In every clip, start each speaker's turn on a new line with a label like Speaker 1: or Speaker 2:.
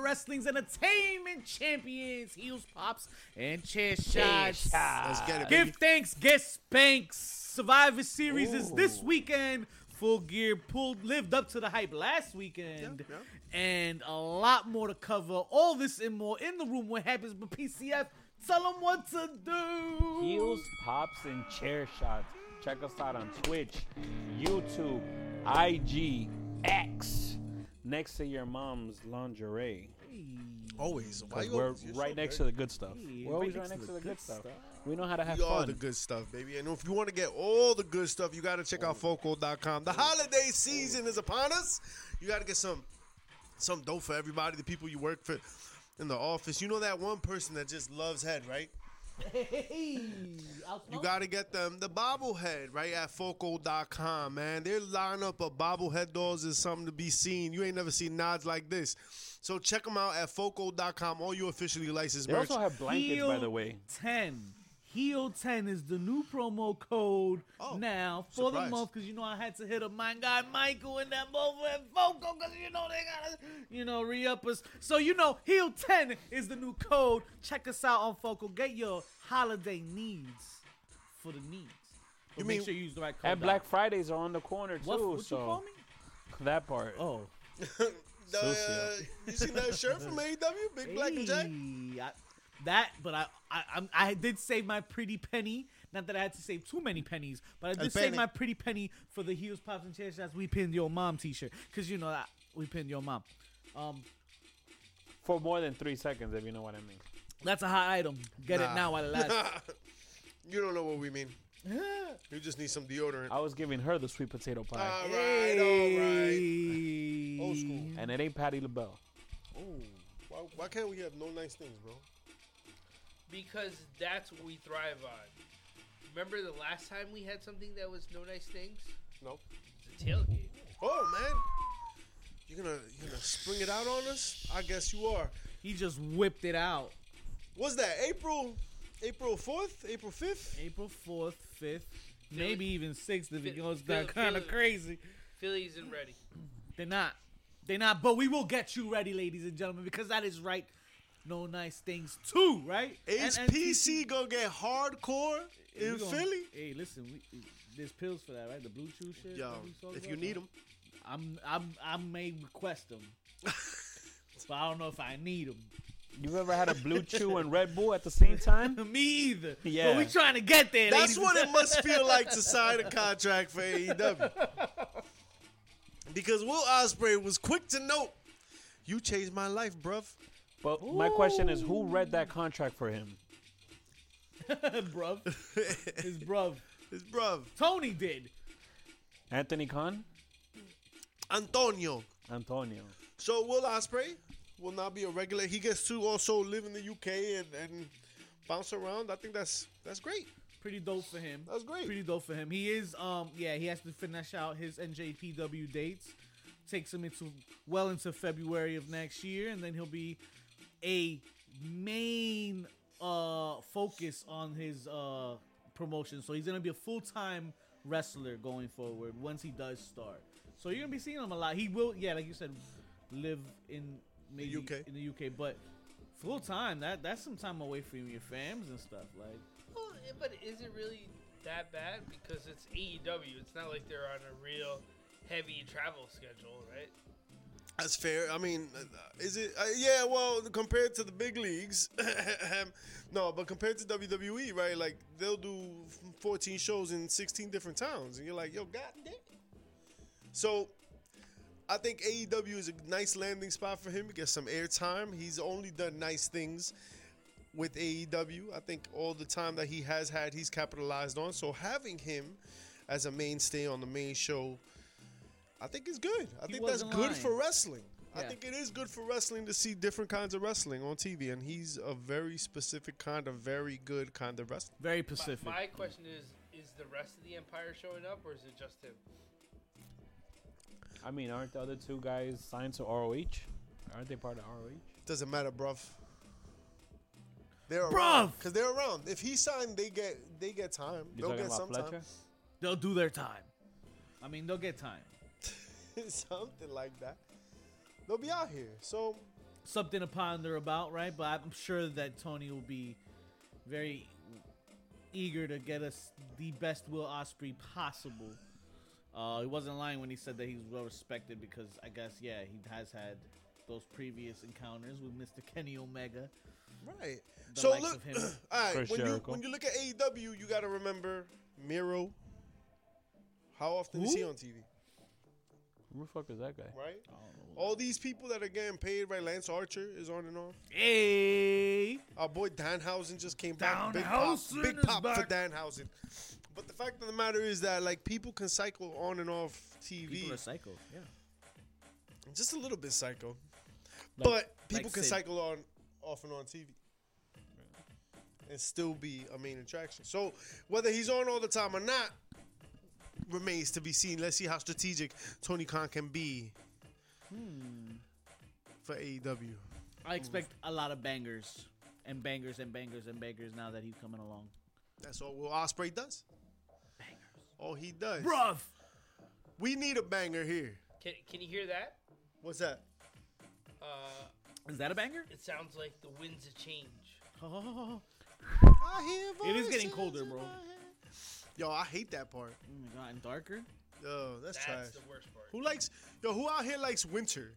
Speaker 1: wrestling's entertainment champions, heels, pops, and chair shots.
Speaker 2: Let's get it,
Speaker 1: Give
Speaker 2: baby.
Speaker 1: thanks, get spanks. Survivor Series is this weekend. Full Gear pulled lived up to the hype last weekend,
Speaker 2: Yeah,
Speaker 1: and a lot more to cover. All this and more in the room. What happens? But PCF, tell them what to do.
Speaker 3: Heels, pops, and chair shots. Check us out on Twitch, YouTube, IG, X. Next to your mom's lingerie.
Speaker 2: Always. Why you
Speaker 3: We're
Speaker 2: always- you're so
Speaker 3: right next
Speaker 2: dirty.
Speaker 3: to the good stuff.
Speaker 1: Hey,
Speaker 3: We're always right next to the good stuff. We know how to have
Speaker 2: You are
Speaker 3: fun.
Speaker 2: the good stuff, baby. And if you want to get all the good stuff, you got to check out Foco.com. The holiday season is upon us. You got to get some some dope for everybody, the people you work for in the office. You know that one person that just loves head, right?
Speaker 1: Hey, I'll
Speaker 2: You
Speaker 1: smoke.
Speaker 2: got to get them the bobblehead right at Foco.com, man. Their lineup of bobblehead dolls is something to be seen. You ain't never seen nods like this. So check them out at Foco.com, all your officially licensed
Speaker 3: They
Speaker 2: merch.
Speaker 3: also have blankets, by
Speaker 1: Heel
Speaker 3: the way.
Speaker 1: 10. Heel 10 is the new promo code
Speaker 2: Oh,
Speaker 1: now for the
Speaker 2: surprise.
Speaker 1: month because you know I had to hit up my guy Michael and them both and Foco because you know they gotta, you know, re up us. So, you know, Heel 10 is the new code. Check us out on Foco. Get your holiday needs for the needs. But
Speaker 2: You
Speaker 1: make
Speaker 2: mean-
Speaker 1: sure you use the right code.
Speaker 3: And Black
Speaker 1: dog.
Speaker 3: Fridays are on the corner too.
Speaker 1: What, what
Speaker 3: so
Speaker 1: you call me?
Speaker 3: that part.
Speaker 1: Oh,
Speaker 2: Uh, you seen that shirt from AEW, Big Black and Jack?
Speaker 1: Hey, I- that, but I, I, I'm- I, did save my pretty penny. Not that I had to save too many pennies, but I did save
Speaker 2: penny.
Speaker 1: my pretty penny for the heels, pops, and chair shots. We pinned your mom T-shirt because you know that we pinned your mom. Um,
Speaker 3: For more than three seconds, if you know what I mean.
Speaker 1: that's a hot item. Get
Speaker 2: Nah.
Speaker 1: it now while it lasts.
Speaker 2: you don't know what we mean. You just need some deodorant.
Speaker 3: I was giving her the sweet potato pie,
Speaker 2: All right, all right.
Speaker 1: Hey.
Speaker 2: Old school.
Speaker 3: and it ain't Patty LaBelle.
Speaker 2: Why, why can't we have no nice things, bro?
Speaker 4: because that's what we thrive on. Remember the last time we had something that was no nice things?
Speaker 2: No.
Speaker 4: The tailgate.
Speaker 2: Oh man, you gonna you gonna spring it out on us? I guess you are.
Speaker 1: He just whipped it out.
Speaker 2: Was that April, April fourth, April fifth?
Speaker 1: April fourth, fifth, maybe even sixth if it
Speaker 4: Phil-
Speaker 1: goes
Speaker 4: Phil-
Speaker 1: down kind of
Speaker 4: Phil-
Speaker 1: crazy.
Speaker 4: Philly isn't ready.
Speaker 1: They're not. They're not. But we will get you ready, ladies and gentlemen, because that is right. No nice things too, right?
Speaker 2: HPC gonna get hardcore
Speaker 1: we
Speaker 2: in
Speaker 1: gonna-
Speaker 2: Philly.
Speaker 1: Hey, listen, we, there's pills for that, right? The blue chew shit.
Speaker 2: Yo,
Speaker 1: that we talked
Speaker 2: if you
Speaker 1: about?
Speaker 2: need them,
Speaker 1: I'm, I'm, I may request them, but I don't know if I need them.
Speaker 3: You've ever had a blue chew and Red Bull at the same time?
Speaker 1: Me either. But
Speaker 3: Yeah.
Speaker 1: we trying to get there.
Speaker 2: that's
Speaker 1: ladies
Speaker 2: what
Speaker 1: and
Speaker 2: it must feel like to sign a contract for AEW. Because Will Osprey was quick to note, "You changed my life, bruv."
Speaker 3: But my question is, who read that contract for him?
Speaker 1: gentlemen. bruv. His bruv.
Speaker 2: It's bruv
Speaker 1: Tony did.
Speaker 3: Anthony Khan?
Speaker 2: Antonio.
Speaker 3: Antonio.
Speaker 2: So Will Osprey will not be a regular. He gets to also live in the UK and, and bounce around. I think that's that's great.
Speaker 1: Pretty dope for him.
Speaker 2: That's great.
Speaker 1: Pretty dope for him. He is um yeah, he has to finish out his NJPW dates. Takes him into well into February of next year and then he'll be a main uh focus on his uh promotion. So he's going to be a full-time wrestler going forward once he does start. So you're going to be seeing him a lot. He will yeah, like you said live in maybe
Speaker 2: UK.
Speaker 1: in the UK, but full time that that's some time away from your fams and stuff like
Speaker 4: Well, eh, but is it really that bad? Because it's AEW. It's not like they're on a real heavy travel schedule, right?
Speaker 2: That's fair. I mean, uh, is it? Uh, yeah. Well, compared to the big leagues, no. But compared to WWE, right? Like they'll do 14 shows in 16 different towns, and you're like, yo, goddamn. So, I think AEW is a nice landing spot for him to get some airtime. He's only done nice things with AEW. I think all the time that he has had, he's capitalized on. So having him as a mainstay on the main show, I think is good. I
Speaker 1: He
Speaker 2: think that's
Speaker 1: wasn't
Speaker 2: good
Speaker 1: lying.
Speaker 2: for wrestling. I
Speaker 1: Yeah.
Speaker 2: think it is good for wrestling to see different kinds of wrestling on TV, and he's a very specific kind of very good kind of wrestler.
Speaker 1: very
Speaker 4: My-
Speaker 1: Pacific.
Speaker 4: My question is: Is the rest of the Empire showing up, or is it just him?
Speaker 3: I mean, aren't the other two guys signed to ROH? Aren't they part of ROH?
Speaker 2: Doesn't matter, bruv. They're
Speaker 1: Bruv!
Speaker 2: around because they're around. If he signed, they get they get time.
Speaker 3: You
Speaker 2: They'll
Speaker 3: talking
Speaker 2: get
Speaker 3: about
Speaker 2: some
Speaker 3: Fletcher?
Speaker 1: they'll do their time. I mean, they'll get time.
Speaker 2: time, something like that. They'll be out here. So
Speaker 1: something to ponder about, right? But I'm sure that Tony will be very eager to get us the best Will Osprey possible. Uh, he wasn't lying when he said that he was well respected because I guess yeah he has had those previous encounters with Mr. Kenny Omega.
Speaker 2: Right.
Speaker 1: The
Speaker 2: so
Speaker 1: likes
Speaker 2: look,
Speaker 1: of him.
Speaker 2: all right.
Speaker 3: Chris
Speaker 2: when
Speaker 3: Jericho.
Speaker 2: you when you look at AEW, you got to remember Miro. How often is
Speaker 1: Who?
Speaker 2: he on TV?
Speaker 3: Who the fuck is that guy?
Speaker 2: Right. All these people that are getting paid, right? Lance Archer is on and off.
Speaker 1: Hey,
Speaker 2: Our boy Danhausen just came back. Big pop,
Speaker 1: Danhausen
Speaker 2: big
Speaker 1: is
Speaker 2: pop for
Speaker 1: back.
Speaker 2: Danhausen. But the fact of the matter is that like people can cycle on and off TV,
Speaker 1: people are psycho. Yeah,
Speaker 2: just a little bit psycho.
Speaker 3: Like-
Speaker 2: but people
Speaker 1: like
Speaker 2: can
Speaker 1: Sid.
Speaker 2: cycle on, off and on TV, and still be a main attraction. So whether he's on all the time or not remains to be seen. Let's see how strategic Tony Khan can be
Speaker 1: Hmm.
Speaker 2: for E AEW.
Speaker 1: I expect a lot of bangers and bangers and bangers and bangers now that he's coming along.
Speaker 2: That's all Will Osprey does. All he does.
Speaker 1: Bruv,
Speaker 2: We need a banger here.
Speaker 4: Can, can you hear that?
Speaker 2: What's that?
Speaker 4: Uh,
Speaker 1: is that a banger?
Speaker 4: it sounds like the winds of change.
Speaker 1: Oh,
Speaker 2: I hear
Speaker 1: It is getting
Speaker 2: voices
Speaker 1: colder,
Speaker 2: in
Speaker 1: bro.
Speaker 2: my head. Yo, I hate that part.
Speaker 1: oh my god, and darker.
Speaker 2: Yo, that's,
Speaker 4: That's
Speaker 2: trash.
Speaker 4: the worst part.
Speaker 2: Who likes yo? Who out here likes winter?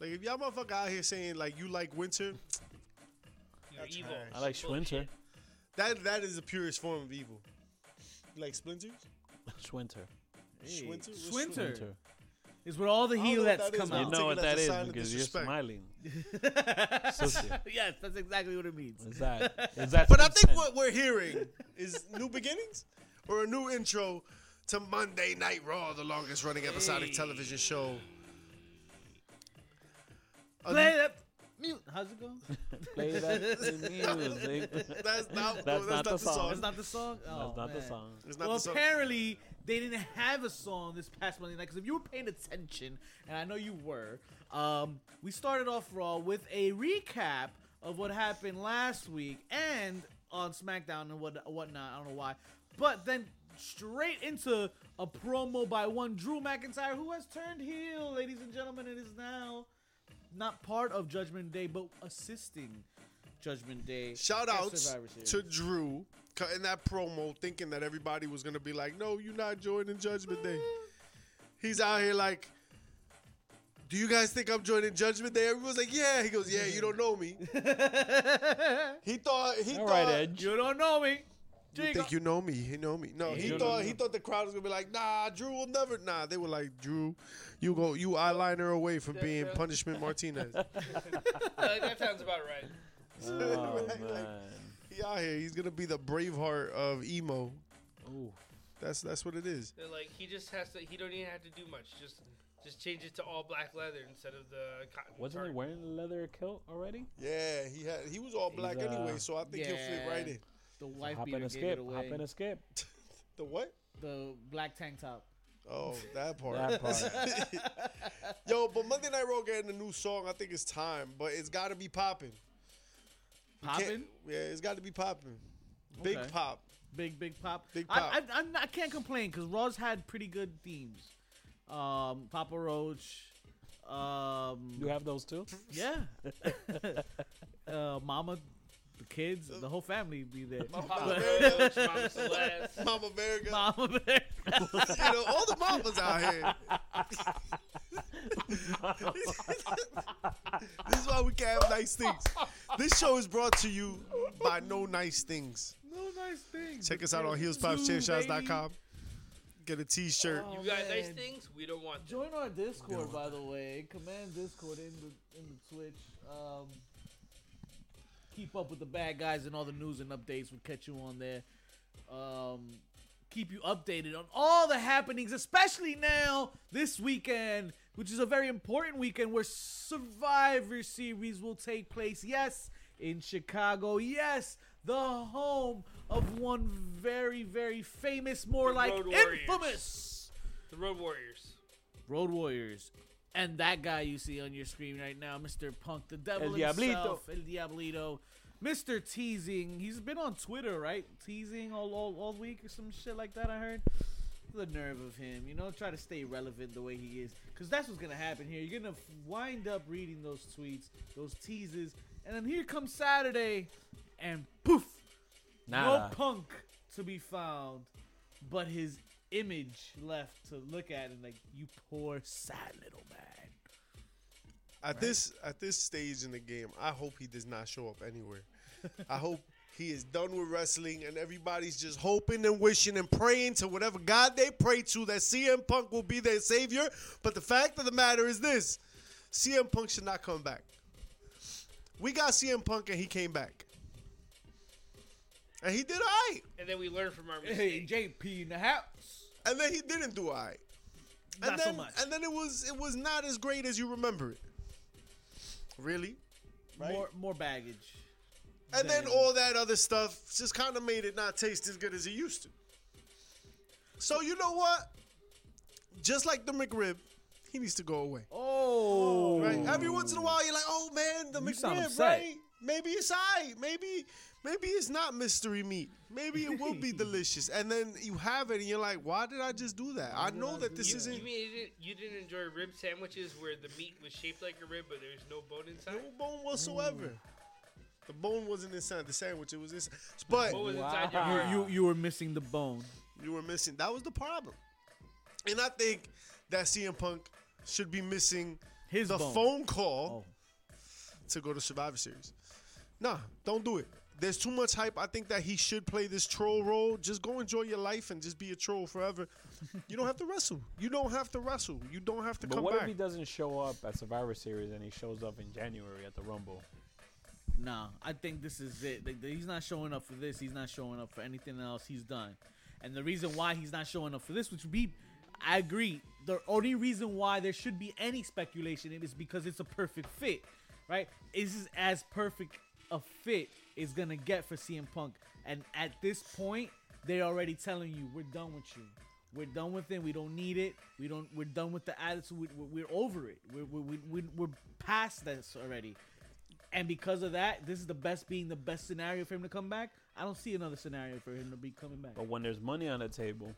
Speaker 2: Like if y'all motherfucker out here saying like you like winter,
Speaker 4: You're
Speaker 2: That's
Speaker 4: evil.
Speaker 2: trash.
Speaker 3: I like Schwinter.
Speaker 4: Bullshit.
Speaker 2: that that is the purest form of evil. You like splinters?
Speaker 3: Schwinter.
Speaker 1: Hey,
Speaker 2: Schwinter? What's
Speaker 1: Schwinter
Speaker 3: Schwinter.
Speaker 1: is with all the
Speaker 2: I don't
Speaker 1: heel
Speaker 2: know what
Speaker 1: that's
Speaker 2: that
Speaker 1: come
Speaker 2: is,
Speaker 3: You
Speaker 1: out.
Speaker 2: man.
Speaker 3: know
Speaker 2: taking
Speaker 3: what
Speaker 2: that
Speaker 3: that
Speaker 2: as a
Speaker 3: is
Speaker 2: sign of
Speaker 3: because you're
Speaker 2: disrespect.
Speaker 3: smiling. Sushi.
Speaker 1: yes, that's exactly what it means.
Speaker 3: Is that? Is that?
Speaker 2: But I think
Speaker 3: consent?
Speaker 2: what we're hearing is new beginnings or a new intro to Monday Night Raw, the longest running episodic television show. A-
Speaker 1: Play that mute. How's it going?
Speaker 3: Play that music.
Speaker 2: that's
Speaker 3: That's
Speaker 2: not, no, that's
Speaker 3: not the song.
Speaker 1: That's not the song. Oh,
Speaker 3: That's not the
Speaker 1: man.
Speaker 3: song.
Speaker 2: It's not
Speaker 1: Well,
Speaker 2: the song.
Speaker 1: apparently they didn't have a song this past Monday night because if you were paying attention, and I know you were, um, we started off Raw with a recap of what happened last week and on SmackDown and what whatnot. I don't know why, but then straight into a promo by one Drew McIntyre who has turned heel, ladies and gentlemen, and is now not part of Judgment Day but assisting Judgment Day.
Speaker 2: Shout
Speaker 1: at
Speaker 2: outs
Speaker 1: Survivor Series.
Speaker 2: to Drew cutting that promo, thinking that everybody was gonna be like, "No, you're not joining Judgment Day." He's out here like, "Do you guys think I'm joining Judgment Day?" Everyone's like, "Yeah." He goes, "Yeah, you don't know me." he thought he
Speaker 3: All
Speaker 2: thought
Speaker 3: right, Edge.
Speaker 1: You don't know me.
Speaker 2: you think you know me. He know me. No, he
Speaker 3: you
Speaker 2: thought
Speaker 3: don't
Speaker 2: he
Speaker 3: know.
Speaker 2: thought the crowd was gonna be like, "Nah, Drew will never." Nah, they were like, "Drew, you go, you eyeliner away from being
Speaker 4: bro.
Speaker 2: punishment Martinez."
Speaker 4: Uh, that sounds about right.
Speaker 3: Oh,
Speaker 2: Like-
Speaker 3: man.
Speaker 2: he out here. He's gonna be the Braveheart of emo.
Speaker 3: Ooh.
Speaker 2: That's that's what it is.
Speaker 4: They're like he just has to. He don't even have to do much. Just just change it to all black leather instead of the cotton.
Speaker 3: Wasn't he
Speaker 4: tart.
Speaker 3: wearing a leather kilt already?
Speaker 2: Yeah, he had he was all black
Speaker 3: uh,
Speaker 2: anyway, so I think he'll fit
Speaker 1: yeah.
Speaker 2: right in.
Speaker 1: The wife
Speaker 3: Hop in
Speaker 1: beater
Speaker 3: a
Speaker 1: gave it
Speaker 3: skip. Hop
Speaker 1: away.
Speaker 3: in a skip.
Speaker 2: The what?
Speaker 1: the black tank top.
Speaker 2: Oh, that part.
Speaker 3: That part.
Speaker 2: Yo, but Monday Night Raw getting a new song. I think it's time, but it's got to be popping. Can't-
Speaker 1: Popping,
Speaker 2: Yeah, it's got to be popping. Big
Speaker 1: Okay.
Speaker 2: pop.
Speaker 1: big big pop.
Speaker 2: Big
Speaker 1: I,
Speaker 2: pop.
Speaker 1: I, I'm not- I can't complain because Raw's had pretty good themes. Um, Papa Roach. Um,
Speaker 3: You have those too?
Speaker 1: yeah. uh, Mama, the kids, the whole family be there.
Speaker 4: Papa
Speaker 2: Mama
Speaker 4: Roach, Mama Celeste.
Speaker 2: Mama Verga.
Speaker 1: Mama Bear.
Speaker 2: You know, all the mamas out here. this is why we can't have nice things. This show is brought to you by No Nice Things.
Speaker 1: no nice things.
Speaker 2: Check us out on
Speaker 1: Two,
Speaker 2: heelspopschairShots.com. Get a t-shirt.
Speaker 1: Oh,
Speaker 4: You got nice
Speaker 1: man.
Speaker 4: things. We don't want. Them.
Speaker 1: Join our Discord, by the way. Command Discord in the in the Twitch. Um, keep up with the bad guys and all the news and updates. We'll catch you on there. Um, keep you updated on all the happenings, especially now this weekend, which is a very important weekend where Survivor Series will take place. Yes, in Chicago. Yes, the home of one very, very famous, more
Speaker 4: The
Speaker 1: like
Speaker 4: Road Warriors.
Speaker 1: infamous.
Speaker 4: The Road Warriors.
Speaker 1: Road Warriors, and that guy you see on your screen right now, Mr. Punk, the devil
Speaker 3: El Diablito.
Speaker 1: himself, El Diablito, Mr. Teasing. He's been on Twitter, right? Teasing all all, all week or some shit like that. I heard. the nerve of him, you know, try to stay relevant the way he is. Because that's what's going to happen here. You're going to wind up reading those tweets, those teases, and then here comes Saturday, and poof,
Speaker 3: Nada.
Speaker 1: no punk to be found, but his image left to look at and like, you poor, sad little man.
Speaker 2: At this at this stage in the game, I hope he does not show up anywhere. I hope he is done with wrestling and everybody's just hoping and wishing and praying to whatever God they pray to that CM Punk will be their savior. But the fact of the matter is this CM Punk should not come back. We got CM Punk and he came back. And he did all right.
Speaker 4: And then we learn from our
Speaker 1: Hey,
Speaker 4: mistakes.
Speaker 1: JP in the house.
Speaker 2: And then he didn't do all right. And
Speaker 1: Not so
Speaker 2: then,
Speaker 1: much.
Speaker 2: And then it was it was not as great as you remember it. Really? Right?
Speaker 1: More, more baggage.
Speaker 2: And then
Speaker 1: than-
Speaker 2: all that other stuff just kind of made it not taste as good as it used to. So you know what? Just like the McRib, he needs to go away.
Speaker 1: Oh,
Speaker 2: Right? Every once in a while, you're like, "Oh man, the
Speaker 1: You sound
Speaker 2: McRib,
Speaker 1: upset.
Speaker 2: right? Maybe it's I. Maybe, maybe it's not mystery meat. Maybe it will be delicious." And then you have it, and you're like, "Why did I just do that? I know that this
Speaker 4: You,
Speaker 2: isn't."
Speaker 4: you mean you didn't, you didn't enjoy rib sandwiches where the meat was shaped like a rib, but there's no bone
Speaker 2: No
Speaker 4: inside?
Speaker 2: bone whatsoever.
Speaker 3: Mm.
Speaker 2: The bone wasn't inside the sandwich. It was inside. But
Speaker 4: What was inside your
Speaker 3: Wow.
Speaker 4: rib?
Speaker 1: You, you were missing the bone.
Speaker 2: you were missing. That was the problem. And I think that CM Punk should be missing
Speaker 1: His
Speaker 2: the
Speaker 1: bone.
Speaker 2: phone call
Speaker 3: Oh.
Speaker 2: to go to Survivor Series. Nah, don't do it. There's too much hype. I think that he should play this troll role. Just go enjoy your life and just be a troll forever. you don't have to wrestle. You don't have to wrestle. You don't have to
Speaker 3: But
Speaker 2: come
Speaker 3: what
Speaker 2: back.
Speaker 3: if he doesn't show up at Survivor Series and he shows up in January at the Rumble?
Speaker 1: Nah, I think this is it. Like, he's not showing up for this. He's not showing up for anything else. He's done. And the reason why he's not showing up for this, which would be, I agree, the only reason why there should be any speculation it is because it's a perfect fit, right? This is as perfect a fit is gonna get for CM Punk. And at this point, they're already telling you we're done with you. We're done with it. We don't need it. We don't. We're done with the attitude. We're, we're over it. We're, we're, we're, we're past this already. And because of that, this is the best being the best scenario for him to come back. I don't see another scenario for him to be coming back.
Speaker 3: But when there's money on the table,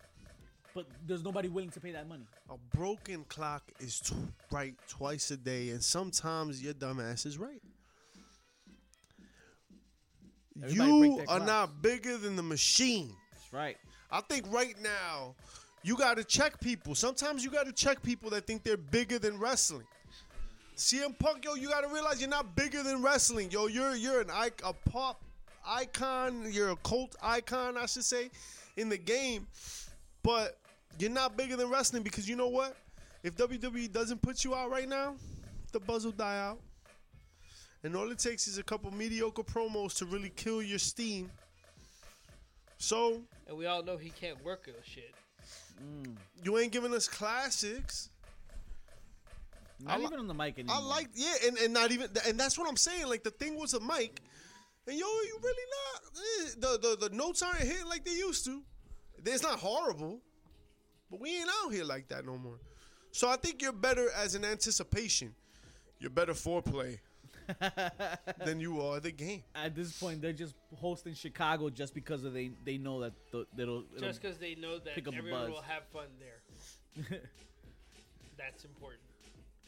Speaker 1: But there's nobody willing to pay that money.
Speaker 2: A broken clock is tw- right twice a day, and sometimes your dumbass is right.
Speaker 1: Everybody break
Speaker 2: you
Speaker 1: their
Speaker 2: are
Speaker 1: clocks.
Speaker 2: not bigger than the machine.
Speaker 1: That's right.
Speaker 2: I think right now, you got to check people. Sometimes you got to check people that think they're bigger than wrestling. CM Punk, yo, you got to realize you're not bigger than wrestling, yo. You're you're an ic- a pop icon. You're a cult icon, I should say, in the game. But you're not bigger than wrestling because you know what? If WWE doesn't put you out right now, the buzz will die out. And all it takes is a couple mediocre promos to really kill your steam. So
Speaker 4: And we all know he can't work those shit.
Speaker 2: you ain't giving us classics.
Speaker 1: Not
Speaker 2: I li-
Speaker 1: even on the mic anymore.
Speaker 2: I like yeah, and, and not even and that's what I'm saying. Like the thing was a mic, and yo, you really not eh, the the the notes aren't hitting like they used to. It's not horrible, but we ain't out here like that no more. So I think you're better as an anticipation. You're better foreplay than you are the game.
Speaker 1: At this point, they're just hosting Chicago just because of they they know that the, it'll, it'll
Speaker 4: Just because they know that
Speaker 1: pick up a
Speaker 4: everyone
Speaker 1: buzz.
Speaker 4: will have fun there. That's important.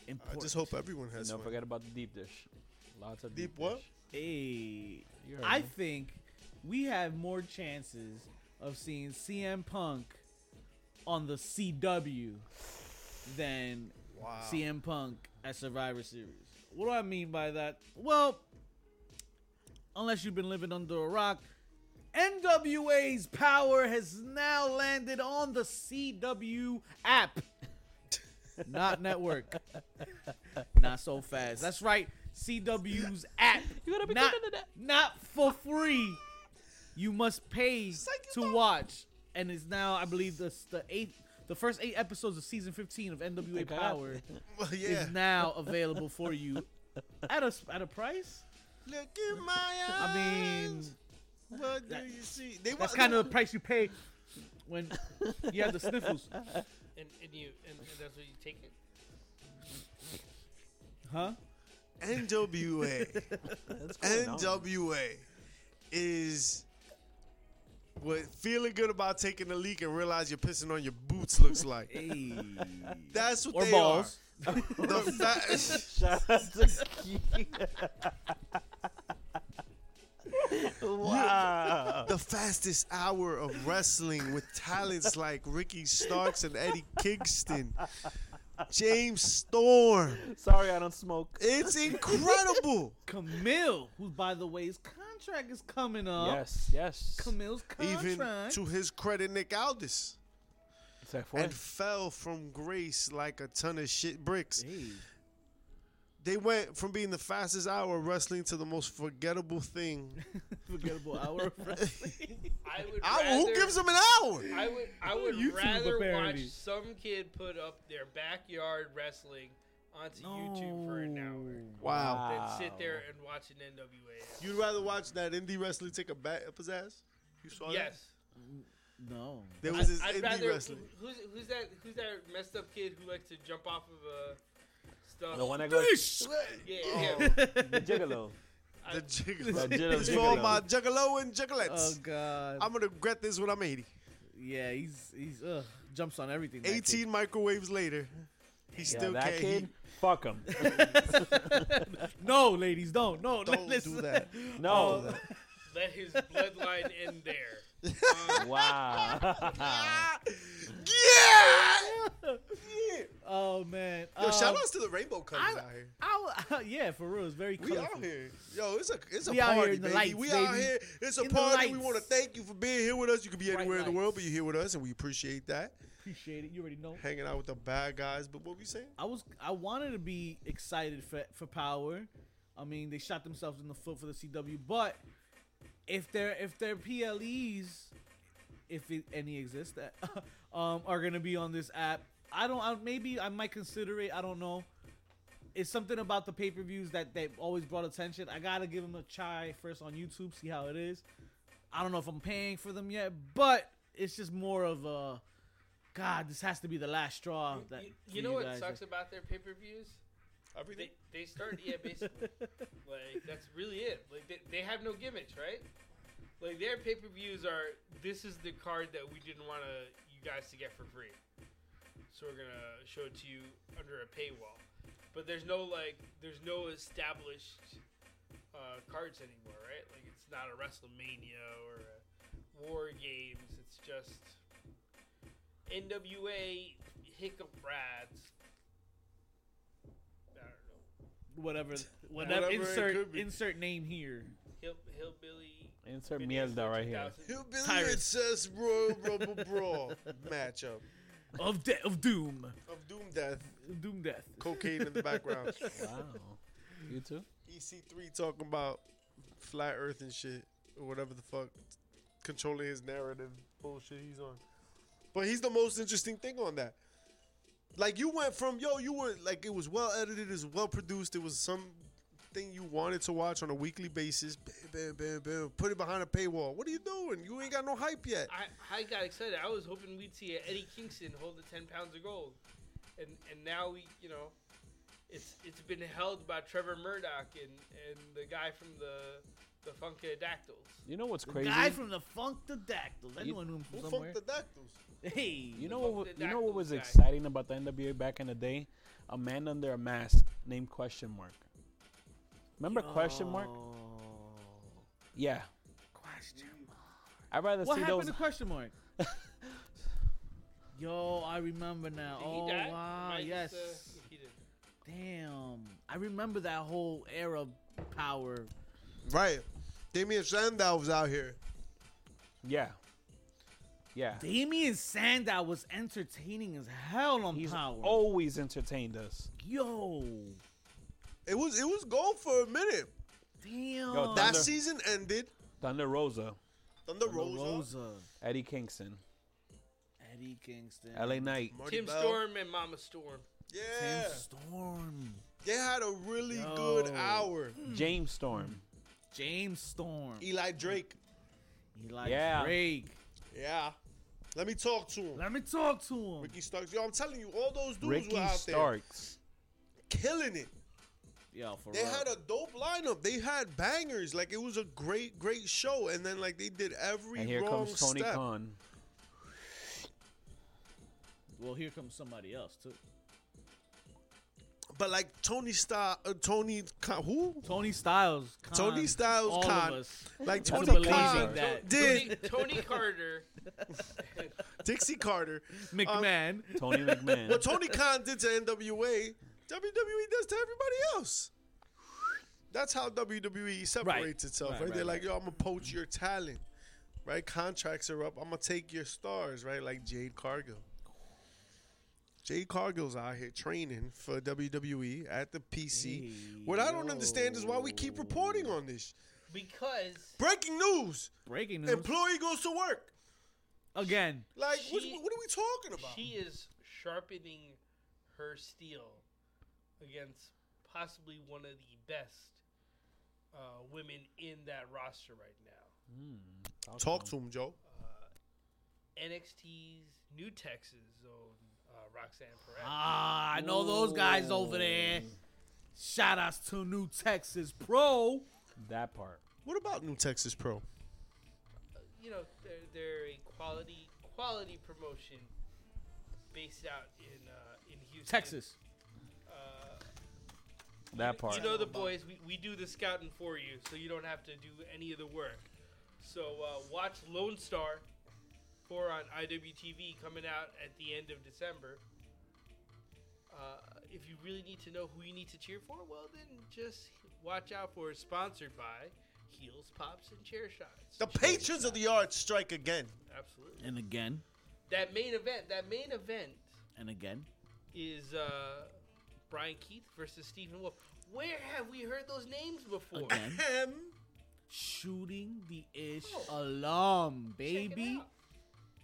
Speaker 2: I
Speaker 1: important.
Speaker 2: just hope everyone
Speaker 3: and
Speaker 2: has fun.
Speaker 3: don't forget about the deep dish. Lots of deep,
Speaker 2: Deep what?
Speaker 3: dish.
Speaker 1: Hey,
Speaker 3: You heard
Speaker 1: I
Speaker 3: me.
Speaker 1: think we have more chances of seeing CM Punk on the CW than
Speaker 2: Wow.
Speaker 1: CM Punk at Survivor Series. What do I mean by that? Well, unless you've been living under a rock, NWA's power has now landed on the CW app. Not network. Not so fast. That's right. CW's app.
Speaker 3: You gotta be
Speaker 1: not,
Speaker 3: good at
Speaker 1: not for free. You must pay to watch. And it's now, I believe, the, the eighth, the first eight episodes of season 15 of NWA
Speaker 3: Thank God.
Speaker 1: Power
Speaker 2: Well, yeah.
Speaker 1: is now available for you at a at a price.
Speaker 2: Look in my eyes.
Speaker 1: I mean,
Speaker 2: what do you see? They
Speaker 1: that's
Speaker 2: wa-
Speaker 1: kind of the price you pay when you have the sniffles,
Speaker 4: And, and you and, and that's what you take it.
Speaker 1: huh?
Speaker 2: NWA.
Speaker 3: That's going on.
Speaker 2: NWA is what feeling good about taking a leak and realize you're pissing on your boots looks like.
Speaker 1: Hey.
Speaker 2: That's what
Speaker 1: or
Speaker 2: they
Speaker 1: balls.
Speaker 2: are. The fact,
Speaker 3: Shout out to Keith. wow.
Speaker 2: the fastest hour of wrestling with talents like Ricky Starks and Eddie Kingston, James Storm.
Speaker 3: Sorry, I don't smoke.
Speaker 2: It's incredible.
Speaker 1: Camille, who by the way his contract is coming up.
Speaker 3: Yes, yes.
Speaker 1: Camille's
Speaker 2: Even
Speaker 1: contract.
Speaker 2: to his credit, Nick Aldis.
Speaker 3: It's like,
Speaker 2: and
Speaker 3: what?
Speaker 2: fell from grace like a ton of shit bricks.
Speaker 1: Hey.
Speaker 2: They went from being the fastest hour of wrestling to the most forgettable thing.
Speaker 1: Forgettable hour. of wrestling.
Speaker 4: I would
Speaker 2: Hour?
Speaker 4: rather,
Speaker 2: Who gives them an hour?
Speaker 4: I would I would
Speaker 1: YouTube
Speaker 4: rather watch
Speaker 1: parody.
Speaker 4: some kid put up their backyard wrestling onto YouTube for an hour
Speaker 2: Wow.
Speaker 4: than sit there and watch an NWA.
Speaker 2: You'd rather watch that indie wrestler take a bat up his ass? You saw
Speaker 4: Yes.
Speaker 1: no.
Speaker 2: that? There was this
Speaker 4: I'd
Speaker 2: indie
Speaker 4: rather
Speaker 2: wrestling.
Speaker 4: who's who's that who's that messed up kid who likes to jump off of uh stuff.
Speaker 3: The one that goes,
Speaker 4: yeah,
Speaker 2: Oh.
Speaker 4: yeah.
Speaker 3: the gigolo.
Speaker 2: The
Speaker 3: The
Speaker 2: jiggler.
Speaker 3: jiggler.
Speaker 2: It's for all my juggalo and
Speaker 1: Oh
Speaker 2: juggalettes.
Speaker 1: god.
Speaker 2: I'm gonna regret this when I'm 80.
Speaker 1: yeah, he's he's uh jumps on everything. that
Speaker 2: 18 microwaves later, he
Speaker 3: Yeah,
Speaker 2: still
Speaker 3: that
Speaker 2: can't.
Speaker 3: kid.
Speaker 2: He,
Speaker 3: Fuck him.
Speaker 1: kid. No, ladies, don't. No,
Speaker 2: don't
Speaker 1: listen.
Speaker 2: do that.
Speaker 3: No.
Speaker 4: Let his bloodline end there. Um,
Speaker 3: wow.
Speaker 2: yeah! yeah!
Speaker 1: Oh man.
Speaker 2: Yo,
Speaker 1: Um,
Speaker 2: shout outs to the rainbow colors
Speaker 1: I-
Speaker 2: out here.
Speaker 1: I w- yeah, for real, it's very
Speaker 2: We
Speaker 1: colorful.
Speaker 2: out here. Yo, it's a it's a
Speaker 1: We out
Speaker 2: party,
Speaker 1: here in the
Speaker 2: baby.
Speaker 1: lights,
Speaker 2: we
Speaker 1: baby.
Speaker 2: out here. It's a
Speaker 1: In the
Speaker 2: party. We
Speaker 1: lights.
Speaker 2: want to thank you for being here with us. You could be
Speaker 1: Bright
Speaker 2: anywhere in the
Speaker 1: lights.
Speaker 2: world, but you're here with us, and we appreciate that.
Speaker 1: Appreciate it. You already know.
Speaker 2: Hanging out with the bad guys. But what we saying?
Speaker 1: I was I wanted to be excited for for power. I mean, they shot themselves in the foot for the CW, but if their if their PLEs, if it, any exist, that um are gonna be on this app, I don't. I, maybe I might consider it. I don't know. It's something about the pay per views that they always brought attention. I gotta give them a try first on YouTube, see how it is. I don't know if I'm paying for them yet, but it's just more of a. God, this has to be the last straw. That
Speaker 4: you,
Speaker 1: for
Speaker 4: you know what
Speaker 1: guys.
Speaker 4: sucks about their pay-per-views?
Speaker 2: Everything.
Speaker 4: They they start yeah basically like that's really it. Like they, they have no gimmicks, right? Like their pay-per-views are this is the card that we didn't want to you guys to get for free, so we're gonna show it to you under a paywall. But there's no like there's no established uh, cards anymore, right? Like it's not a WrestleMania or a War Games. It's just NWA Hiccup Rats. I don't know.
Speaker 1: whatever whatever,
Speaker 2: Whatever it could
Speaker 1: insert
Speaker 2: be.
Speaker 1: insert name here.
Speaker 4: Hill, hillbilly.
Speaker 3: Insert
Speaker 4: Grenades
Speaker 3: Mielda right here.
Speaker 4: 2000.
Speaker 2: Hillbilly
Speaker 1: Tyrus.
Speaker 2: Incest Royal Rumble Brawl matchup
Speaker 1: Of de- of doom.
Speaker 2: of Doom Death,
Speaker 1: Of Doom death.
Speaker 2: cocaine in the background,
Speaker 3: Wow. You too?
Speaker 2: EC3 E talking about flat Earth and shit or whatever the fuck, controlling his narrative bullshit he's on. But he's the most interesting thing on that. Like you went from yo, you were like it was well edited, it was well produced, it was something you wanted to watch on a weekly basis. Bam, bam, bam, bam. Put it behind a paywall. What are you doing? You ain't got no hype yet.
Speaker 4: I, I got excited. I was hoping we'd see a Eddie Kingston hold the ten pounds of gold, and and now we, you know, it's it's been held by Trevor Murdoch and and the guy from the the Funkadactyls.
Speaker 3: You know what's crazy?
Speaker 1: Guy from the Funk the Dactyls. I
Speaker 3: You-
Speaker 1: knew I knew him from
Speaker 2: Who
Speaker 1: somewhere.
Speaker 2: funked the dactyls?
Speaker 1: hey,
Speaker 3: You know what?
Speaker 4: Fuck the
Speaker 3: You know what was
Speaker 4: dactyls guy.
Speaker 3: exciting about the NWA back in the day? A man under a mask named Question Mark. Remember
Speaker 1: Oh,
Speaker 3: Question Mark? Yeah.
Speaker 1: Question mark.
Speaker 3: I'd rather
Speaker 1: What
Speaker 3: see
Speaker 1: happened
Speaker 3: those.
Speaker 1: to question mark? Yo, I remember now.
Speaker 4: Did
Speaker 1: oh
Speaker 4: he die?
Speaker 1: wow,
Speaker 4: Am I
Speaker 1: yes.
Speaker 4: just, uh, he did.
Speaker 1: Damn, I remember that whole era of power.
Speaker 2: Right. Damian Sandow was out here.
Speaker 3: Yeah. Yeah.
Speaker 1: Damien Sandow was entertaining as hell on
Speaker 3: He's
Speaker 1: power.
Speaker 3: always entertained us.
Speaker 1: yo,
Speaker 2: It was it was gold for a minute.
Speaker 1: damn.
Speaker 2: That
Speaker 3: Thunder-
Speaker 2: season ended.
Speaker 3: Thunder Rosa,
Speaker 2: Thunder,
Speaker 1: Thunder
Speaker 2: Rosa,
Speaker 1: Rosa.
Speaker 3: Eddie Kingston,
Speaker 1: Eddie Kingston.
Speaker 3: LA Knight.
Speaker 2: Marty
Speaker 4: Tim
Speaker 2: Bell.
Speaker 4: Storm and Mama Storm.
Speaker 2: Yeah.
Speaker 1: Tim Storm.
Speaker 2: They had a really good
Speaker 1: Yo.
Speaker 2: hour.
Speaker 3: James Storm.
Speaker 1: James Storm.
Speaker 2: Eli Drake.
Speaker 1: Eli
Speaker 3: Yeah.
Speaker 1: Drake.
Speaker 2: Yeah. Let me talk to him.
Speaker 1: Let me talk to him.
Speaker 2: Ricky Starks. Yo, I'm telling you, all those dudes
Speaker 3: Ricky
Speaker 2: were out
Speaker 3: Starks.
Speaker 2: there killing it.
Speaker 1: Yeah, for
Speaker 2: They
Speaker 1: real.
Speaker 2: had a dope lineup. They had bangers. Like it was a great, great show. And then like they did every
Speaker 3: And here
Speaker 2: wrong
Speaker 3: comes Tony
Speaker 2: step.
Speaker 3: Khan.
Speaker 1: well, here comes somebody else too.
Speaker 2: But like Tony Star, uh, Tony Khan, who?
Speaker 1: Tony Styles. Khan,
Speaker 2: Tony Styles
Speaker 1: all
Speaker 2: Khan.
Speaker 1: Of us.
Speaker 2: Like
Speaker 1: Into
Speaker 2: Tony
Speaker 1: believing
Speaker 2: Khan
Speaker 1: that.
Speaker 2: did
Speaker 4: Tony, Tony Carter.
Speaker 2: Dixie Carter.
Speaker 1: McMahon.
Speaker 2: Um,
Speaker 3: Tony McMahon.
Speaker 2: What Tony Khan did to NWA, WWE E does to everybody else. That's how WWE separates itself. Right?
Speaker 1: Right,
Speaker 2: They're
Speaker 1: right,
Speaker 2: like, yo, I'm gonna poach your talent. Right? Contracts are up. I'm gonna take your stars. Right? Like Jade Cargill. Jade Cargill's out here training for WWE at the PC. what I don't understand is why we keep reporting on this.
Speaker 4: Because
Speaker 2: Breaking news:
Speaker 1: Breaking news
Speaker 2: Employee goes to work.
Speaker 1: again.
Speaker 2: Like, what,
Speaker 4: She-
Speaker 2: what are we talking about?
Speaker 4: she is sharpening her steel against possibly one of the best uh, women in that roster right now.
Speaker 3: Mm,
Speaker 2: Talk to him, Joe.
Speaker 4: NXT's new Texas zone, uh, Roxanne Perez.
Speaker 1: Ah, I know those guys over there. Shout outs to New Texas Pro.
Speaker 3: That part.
Speaker 2: What about New Texas Pro?
Speaker 4: you know, they're, they're a quality quality promotion based out in uh, in Houston,
Speaker 1: Texas.
Speaker 4: Uh,
Speaker 3: That part.
Speaker 4: You know the boys. We, we do the scouting for you, so you don't have to do any of the work. So uh, watch Lone Star for on IWTV coming out at the end of December. Uh, if you really need to know who you need to cheer for, well then just watch out for sponsored by Heels, Pops, and Chair Shots.
Speaker 2: The patrons of the arts strike again.
Speaker 4: Absolutely.
Speaker 1: And again.
Speaker 4: That main event. That main event
Speaker 1: And again.
Speaker 4: is uh, Brian Keith versus Stephen Wolf. Where have we heard those names before?
Speaker 1: Again.
Speaker 2: Ahem.
Speaker 1: Shooting the ish alum,
Speaker 4: Check it
Speaker 1: baby.
Speaker 4: out.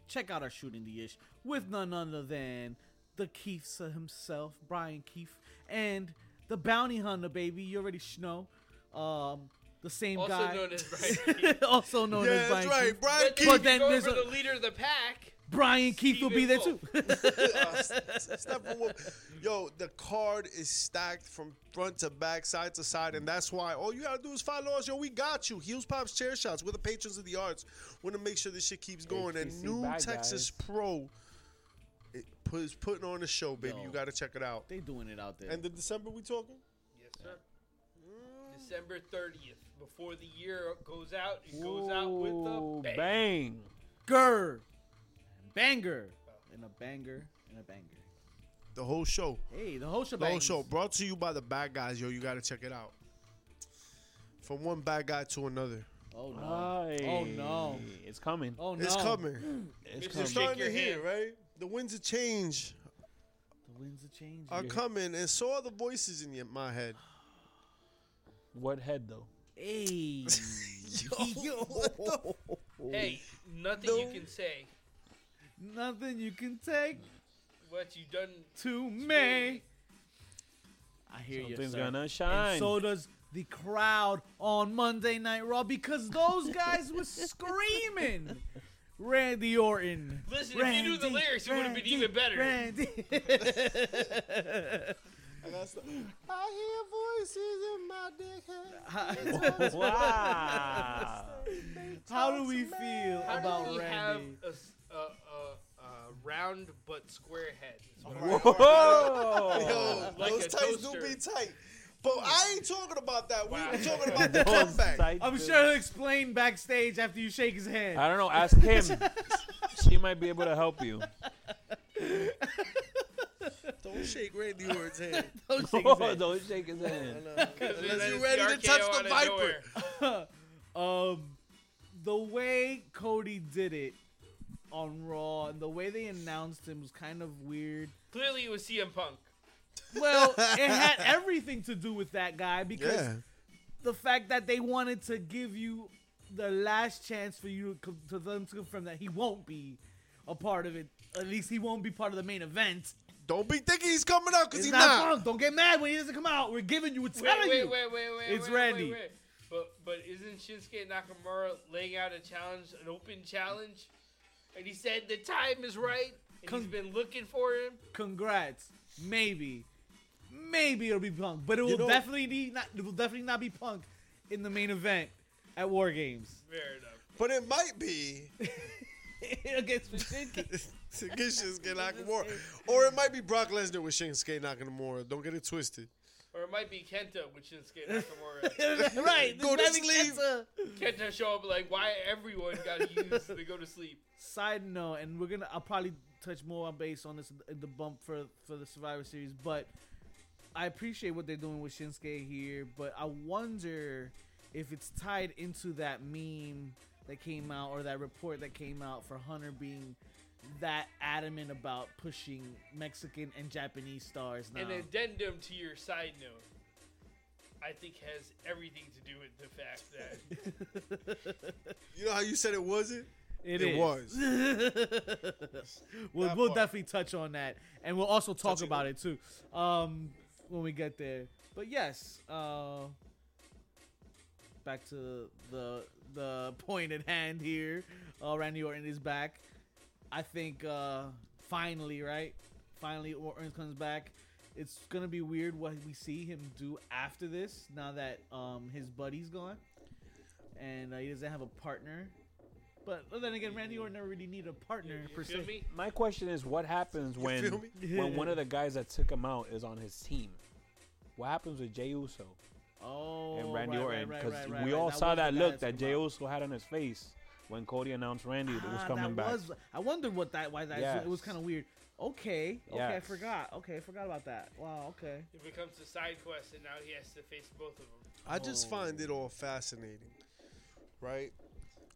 Speaker 1: Check out our Shooting the Ish with none other than the Keefs himself, Brian Keefe, and the Bounty Hunter, baby. You already sh- know. Um, the same
Speaker 4: Also
Speaker 1: guy.
Speaker 4: known as Brian Keefe.
Speaker 1: also known
Speaker 2: Yeah,
Speaker 1: as
Speaker 2: that's
Speaker 1: Brian
Speaker 2: right.
Speaker 1: Keefe.
Speaker 2: Brian
Speaker 4: But
Speaker 2: Keith.
Speaker 1: But then
Speaker 4: then you go
Speaker 1: there's
Speaker 4: for
Speaker 1: a-
Speaker 4: the leader of the pack.
Speaker 1: Brian Keefe will be there
Speaker 4: Stephen
Speaker 1: too.
Speaker 2: Uh, S- S- Stephen Wolf. Yo, the card is stacked from front to back, side to side, and that's why all you gotta do is follow us. Yo, we got you. Heels Pops Chair Shots. We're the patrons of the arts. Wanna make sure this shit keeps going. And
Speaker 3: HPC,
Speaker 2: New
Speaker 3: bye,
Speaker 2: Texas Pro it pu- is putting on a show, baby.
Speaker 1: Yo.
Speaker 2: You gotta check it out.
Speaker 1: they doing it out there.
Speaker 2: End of December, we talking?
Speaker 4: Yes, sir. December 30th, before the year goes out, it goes out
Speaker 3: Ooh,
Speaker 4: with a bang.
Speaker 3: bang.
Speaker 1: Gur. Banger. And a banger. And a banger.
Speaker 2: The whole show.
Speaker 1: Hey, the whole
Speaker 2: The
Speaker 1: shebang.
Speaker 2: whole show brought to you by the bad guys, yo. You gotta check it out. From one bad guy to another.
Speaker 1: Oh no. Oh no.
Speaker 3: It's coming.
Speaker 1: Oh no.
Speaker 2: It's coming.
Speaker 3: It's
Speaker 4: Mr.
Speaker 2: It's
Speaker 3: coming.
Speaker 4: Shake
Speaker 2: starting
Speaker 4: your
Speaker 2: to hear,
Speaker 4: hand.
Speaker 2: right? The winds of change
Speaker 1: The winds are changing.
Speaker 2: are coming, and so are the voices in your, my head.
Speaker 3: What head though?
Speaker 1: Hey.
Speaker 4: Hey, nothing you can say.
Speaker 1: Nothing you can take
Speaker 4: What you done?
Speaker 1: to me. I hear you.
Speaker 3: Something's
Speaker 1: Sir.
Speaker 3: gonna
Speaker 1: And
Speaker 3: shine.
Speaker 1: so does the crowd on Monday Night Raw because those guys were screaming. Randy Orton.
Speaker 4: Listen, if you knew the
Speaker 1: Randy,
Speaker 4: lyrics, it would have been
Speaker 1: Randy,
Speaker 4: even better.
Speaker 1: Randy.
Speaker 2: And that's the- I hear voices in my dick head.
Speaker 3: wow.
Speaker 1: How do we feel
Speaker 4: How
Speaker 1: about
Speaker 4: do we have
Speaker 1: Randy?
Speaker 4: a, s- a- a- a round but square head? Is what I-
Speaker 3: Whoa.
Speaker 2: Yo,
Speaker 4: Like
Speaker 2: those
Speaker 4: a
Speaker 2: tights do
Speaker 4: toaster.
Speaker 2: be tight. But I ain't talking about that. We
Speaker 4: Wow.
Speaker 2: were talking about the
Speaker 3: Those
Speaker 2: comeback.
Speaker 3: tight
Speaker 1: I'm
Speaker 3: bits.
Speaker 1: sure he'll explain backstage after you shake his hand.
Speaker 3: I don't know. Ask him. she might be able to help you.
Speaker 2: Don't shake Randy Orton's hand.
Speaker 1: Don't shake his hand.
Speaker 3: Don't shake his
Speaker 2: I
Speaker 3: hand.
Speaker 2: know.
Speaker 4: Then
Speaker 2: Unless
Speaker 4: it's
Speaker 2: you're
Speaker 4: the
Speaker 2: ready to
Speaker 4: RKO
Speaker 2: touch
Speaker 4: out
Speaker 2: the
Speaker 4: of
Speaker 2: viper.
Speaker 4: nowhere.
Speaker 1: Um, the way Cody did it on Raw and the way they announced him was kind of weird.
Speaker 4: Clearly, it was CM Punk.
Speaker 1: Well, it had everything to do with that guy because
Speaker 2: Yeah.
Speaker 1: the fact that they wanted to give you the last chance for you to, co- to them to confirm that he won't be a part of it. At least he won't be part of the main event.
Speaker 2: Don't be thinking he's coming out because
Speaker 1: It's
Speaker 2: he's
Speaker 1: not,
Speaker 2: not.
Speaker 1: Punk. Don't get mad when he doesn't come out. We're giving you. We're
Speaker 4: Wait,
Speaker 1: telling
Speaker 4: wait,
Speaker 1: you.
Speaker 4: wait, wait, wait.
Speaker 1: It's
Speaker 4: wait,
Speaker 1: Randy.
Speaker 4: Wait, wait. But but isn't Shinsuke Nakamura laying out a challenge, an open challenge? And he said the time is right. And
Speaker 1: Con-
Speaker 4: he's been looking for him.
Speaker 1: Congrats. Maybe. Maybe it'll be Punk, but it will
Speaker 2: You know-
Speaker 1: definitely be not. It will definitely not be Punk in the main event at War Games
Speaker 4: Fair enough.
Speaker 2: But it might be
Speaker 1: against Shinsuke.
Speaker 2: Shinsuke Nakamura, or it might be Brock Lesnar with Shinsuke Nakamura. Don't get it twisted.
Speaker 4: Or it might be Kenta with Shinsuke Nakamura.
Speaker 1: right.
Speaker 2: Go to
Speaker 1: there's nothing
Speaker 2: sleep.
Speaker 1: Kenta.
Speaker 4: Kenta show up like, why everyone got used to go to sleep?
Speaker 1: Side note, and we're gonna. I'll probably touch more on base on this in the bump for for the Survivor Series, but I appreciate what they're doing with Shinsuke here, but I wonder if it's tied into that meme that came out or that report that came out for Hunter being that adamant about pushing Mexican and Japanese stars now.
Speaker 4: An addendum to your side note, I think has everything to do with the fact that
Speaker 2: You know how you said it wasn't?
Speaker 1: It,
Speaker 2: It
Speaker 1: is.
Speaker 2: was.
Speaker 1: we'll
Speaker 2: That
Speaker 1: we'll
Speaker 2: part.
Speaker 1: definitely touch on that, and we'll also talk
Speaker 2: Touching
Speaker 1: about it too um, when we get there. But yes, uh, back to the the point at hand here. Uh, Randy Orton is back. I think uh, finally, right? Finally, Orton comes back. It's gonna be weird what we see him do after this. Now that um, his buddy's gone, and uh, he doesn't have a partner. But then again, Randy Orton never really needed a partner
Speaker 4: you
Speaker 1: per
Speaker 4: feel
Speaker 1: se.
Speaker 4: me?
Speaker 3: My question is, what happens
Speaker 2: feel
Speaker 3: when
Speaker 2: me?
Speaker 3: when one of the guys that took him out is on his team? What happens with Jey Uso
Speaker 1: Oh,
Speaker 3: and Randy
Speaker 1: right,
Speaker 3: Orton?
Speaker 1: right,
Speaker 3: Because
Speaker 1: right, right, right,
Speaker 3: we
Speaker 1: right.
Speaker 3: all saw
Speaker 1: was the
Speaker 3: that
Speaker 1: guy
Speaker 3: look
Speaker 1: took
Speaker 3: that
Speaker 1: him
Speaker 3: Jey
Speaker 1: out.
Speaker 3: Uso had on his face when Cody announced Randy that was
Speaker 1: Ah,
Speaker 3: coming
Speaker 1: that
Speaker 3: back.
Speaker 1: was- I wondered what that why that it was
Speaker 3: Yes.
Speaker 1: kind of weird. Okay, okay, I
Speaker 3: Yes.
Speaker 1: forgot. Okay, I forgot about that. Wow, okay.
Speaker 4: It becomes a side quest, and now he has to face both of them.
Speaker 2: I
Speaker 1: Oh.
Speaker 2: just find it all fascinating, right?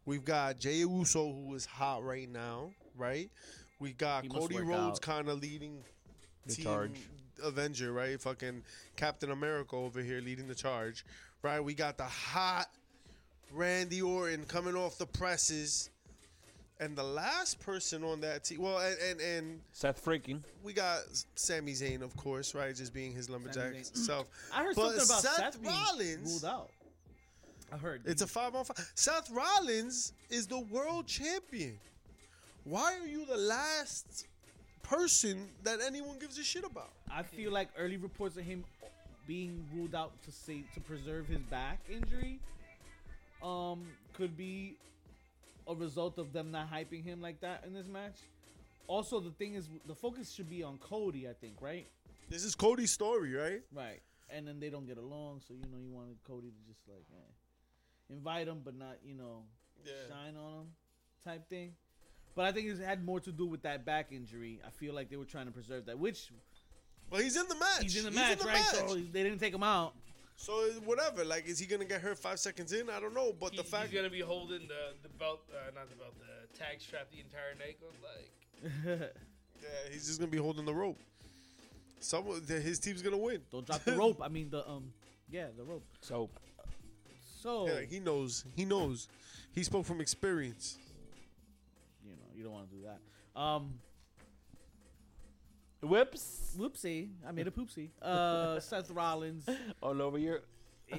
Speaker 2: We've got Jey Uso who is hot right now, right? We got
Speaker 1: He must
Speaker 2: Cody
Speaker 1: work
Speaker 2: Rhodes
Speaker 1: out.
Speaker 2: kind of leading
Speaker 3: The charge.
Speaker 2: Avenger, right? Fucking Captain America over here leading the charge, right? We got the hot Randy Orton coming off the presses, and the last person on that team. Well, and and, and
Speaker 3: Seth freaking.
Speaker 2: we got Sami Zayn, of course, right? Just being his lumberjack
Speaker 1: Zayn.
Speaker 2: self.
Speaker 1: I heard
Speaker 2: But
Speaker 1: something about
Speaker 2: Seth
Speaker 1: Seth, being
Speaker 2: Rollins-
Speaker 1: ruled out. I heard
Speaker 2: It's a five on five. Seth Rollins is the world champion. Why are you the last person that anyone gives a shit about?
Speaker 1: I feel like early reports of him being ruled out to save to preserve his back injury um could be a result of them not hyping him like that in this match. Also, the thing is, the focus should be on Cody. I think, right?
Speaker 2: This is Cody's story, right?
Speaker 1: Right. And then they don't get along, so you know you wanted Cody to just like eh, invite him, but not you know
Speaker 2: Yeah.
Speaker 1: shine on him type thing. But I think it had more to do with that back injury. I feel like they were trying to preserve that, which
Speaker 2: Well, he's in the match.
Speaker 1: he's in the match, right? So
Speaker 2: match.
Speaker 1: they didn't take him out.
Speaker 2: So, it's whatever. Like, is he gonna get hurt five seconds in? I don't know. But
Speaker 4: He,
Speaker 2: the fact,
Speaker 4: he's gonna be holding the the belt, uh, not the belt, the tag strap the entire night. Going like,
Speaker 2: yeah, he's just gonna be holding the rope. Someone, the, his team's gonna win.
Speaker 1: don't drop the rope. I mean the um, yeah, the rope.
Speaker 3: So
Speaker 1: So Oh.
Speaker 2: Yeah, like, he knows. He knows. He spoke from experience.
Speaker 1: you know you don't want to do that. Um,
Speaker 3: whips
Speaker 1: whoopsie, I made a poopsie. Uh, Seth Rollins.
Speaker 3: all over your.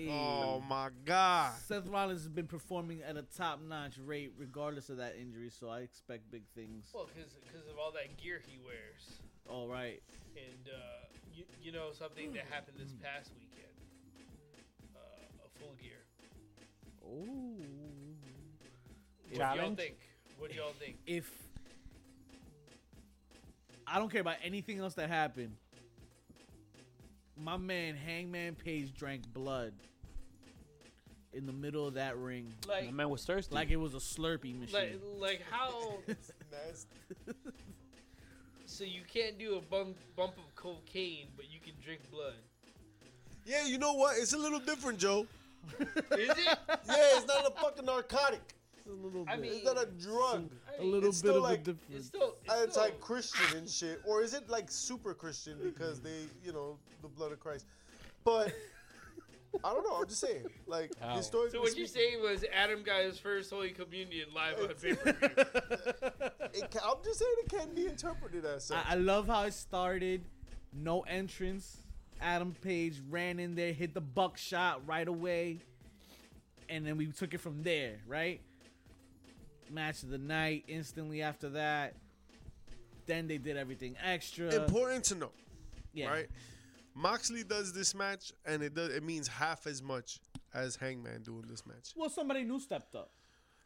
Speaker 2: Oh my god.
Speaker 1: Seth Rollins has been performing at a top notch rate regardless of that injury, so I expect big things.
Speaker 4: well, because of all that gear he wears,
Speaker 1: All right.
Speaker 4: and uh, you, you know something that happened
Speaker 2: Hmm.
Speaker 4: this past weekend, uh, a full gear.
Speaker 1: Ooh.
Speaker 4: What do y'all
Speaker 3: Challenge?
Speaker 4: think? What do y'all think?
Speaker 1: If I don't care about anything else that happened, my man Hangman Page drank blood in the middle of that ring
Speaker 4: Like,
Speaker 3: The man was thirsty.
Speaker 1: like it was a Slurpee machine.
Speaker 4: like, like how? So you can't do a bump bump of cocaine, but you can drink blood.
Speaker 2: Yeah, you know what? It's a little different, Joe.
Speaker 4: Is it?
Speaker 2: Yeah, it's not a fucking narcotic.
Speaker 1: a little
Speaker 4: I
Speaker 1: bit,
Speaker 4: mean,
Speaker 2: It's not a drug.
Speaker 4: I
Speaker 1: a
Speaker 4: mean,
Speaker 1: little
Speaker 2: it's
Speaker 1: bit of
Speaker 2: still
Speaker 1: a
Speaker 2: like-
Speaker 1: difference.
Speaker 4: It's still it's still,
Speaker 2: Anti-Christian and shit, or is it like super Christian because they, you know, the blood of Christ? But I don't know. I'm just saying, like
Speaker 3: Ow.
Speaker 2: historically,
Speaker 4: So what you're
Speaker 2: speaking,
Speaker 4: saying was Adam got his first Holy Communion live on paper.
Speaker 2: it ca- I'm just saying it can be interpreted as such.
Speaker 1: I, I love how it started. No entrance. Adam Page ran in there, hit the buckshot right away, and then we took it from there. Right. Match of the night. Instantly after that, then they did everything extra.
Speaker 2: Important to know,
Speaker 1: uh, yeah.
Speaker 2: right? Moxley does this match, and it does, it means half as much as Hangman doing this match.
Speaker 1: Well, somebody new stepped up.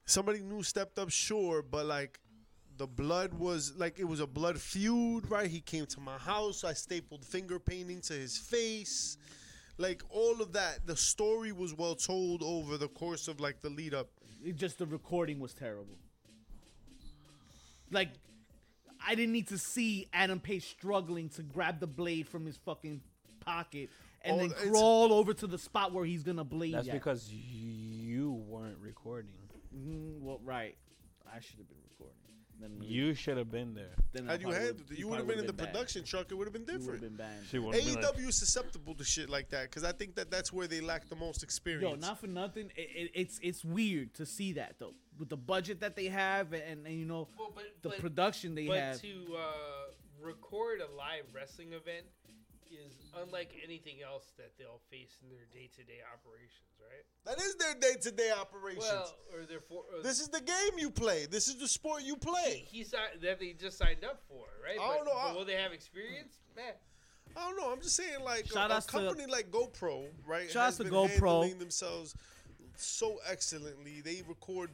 Speaker 2: Somebody new stepped up, sure, but like the blood was like it was a blood feud, right? He came to my house. I stapled finger painting to his face. Like all of that, the story was well told over the course of like the lead up.
Speaker 1: It just the recording was terrible. Like, I didn't need to see Adam Page struggling to grab the blade from his fucking pocket and
Speaker 2: Oh,
Speaker 1: then
Speaker 2: it's-
Speaker 1: crawl over to the spot where he's gonna bleed.
Speaker 3: That's
Speaker 1: at.
Speaker 3: because you weren't recording.
Speaker 1: Mm, well, right. I should have been recording. Then we-
Speaker 3: You should have been there.
Speaker 1: then I
Speaker 2: Had you
Speaker 1: probably
Speaker 2: handled
Speaker 1: would've-
Speaker 2: it,
Speaker 1: you
Speaker 2: you would have
Speaker 1: probably
Speaker 2: been in the
Speaker 1: would've banned.
Speaker 2: production truck. It would have been
Speaker 1: You would've
Speaker 2: different.
Speaker 1: been banned.
Speaker 3: She would
Speaker 1: E
Speaker 2: AEW is susceptible to shit like that because I think that that's where they lack the most
Speaker 1: Yo,
Speaker 2: experience.
Speaker 1: not for nothing. It, it, it's it's weird to see that though, with the budget that they have and, and, you know
Speaker 4: Well, but,
Speaker 1: the
Speaker 4: but,
Speaker 1: production they
Speaker 4: but
Speaker 1: have.
Speaker 4: to uh, record a live wrestling event is unlike anything else that they'll face in their day-to-day operations, right?
Speaker 2: that is their day to day operations.
Speaker 4: Well, or their for, or
Speaker 2: this is the game you play. This is the sport you play.
Speaker 4: he si- that they just signed up for, right?
Speaker 2: I don't
Speaker 4: but,
Speaker 2: know,
Speaker 4: but
Speaker 2: I- Hmm.
Speaker 4: will they have experience? Man,
Speaker 2: I don't know. I'm just saying, like
Speaker 1: Shout
Speaker 2: a, a
Speaker 1: outs to-
Speaker 2: company like GoPro, right?
Speaker 1: Shout outs
Speaker 2: has
Speaker 1: to
Speaker 2: been
Speaker 1: GoPro.
Speaker 2: handling themselves so excellently. They record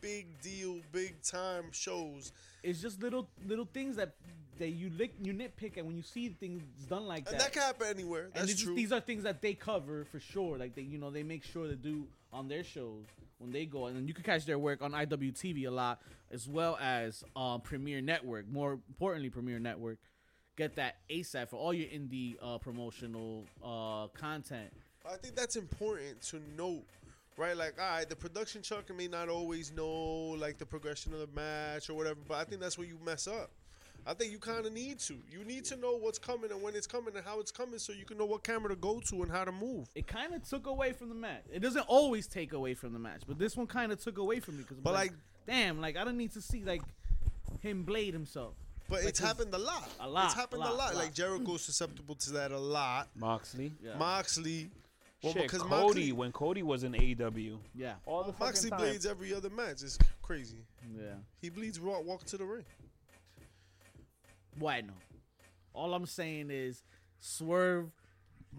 Speaker 2: big deal, big time shows,
Speaker 1: it's just little little things that that you lick, you nitpick, and when you see things done like
Speaker 2: and that can happen anywhere.
Speaker 1: and
Speaker 2: That's
Speaker 1: it's just-
Speaker 2: true.
Speaker 1: these are things that they cover for sure. Like they, you know, they make sure to do on their shows when they go, and then you can catch their work on IWTV a lot, as well as uh, Premiere Network. More importantly, Premiere Network. Get that ASAP for all your indie uh, promotional uh, content.
Speaker 2: I think that's important to note, right? Like, all right, the production chucker may not always know like the progression of the match or whatever, but I think that's where you mess up. I think you kind of need to. You need to know what's coming and when it's coming and how it's coming, so you can know what camera to go to and how to move.
Speaker 1: It kind of took away from the match. It doesn't always take away from the match, but this one kind of took away from me because.
Speaker 2: But,
Speaker 1: like,
Speaker 2: like-
Speaker 1: damn, like I don't need to see like him blade himself.
Speaker 2: But
Speaker 1: Like
Speaker 2: it's
Speaker 1: his-
Speaker 2: happened a lot.
Speaker 1: a lot,
Speaker 2: It's happened
Speaker 1: a lot, a lot.
Speaker 2: Like Jericho's susceptible to that a lot.
Speaker 3: Moxley.
Speaker 1: Yeah,
Speaker 2: Moxley, well,
Speaker 3: Shit,
Speaker 2: because
Speaker 3: Cody
Speaker 2: Moxley,
Speaker 3: when Cody was in E AEW.
Speaker 1: yeah,
Speaker 3: All the fucking
Speaker 2: Moxley
Speaker 3: time.
Speaker 2: bleeds every other match. It's crazy.
Speaker 1: yeah.
Speaker 2: He bleeds raw walk to the ring.
Speaker 1: Bueno. All I'm saying is Swerve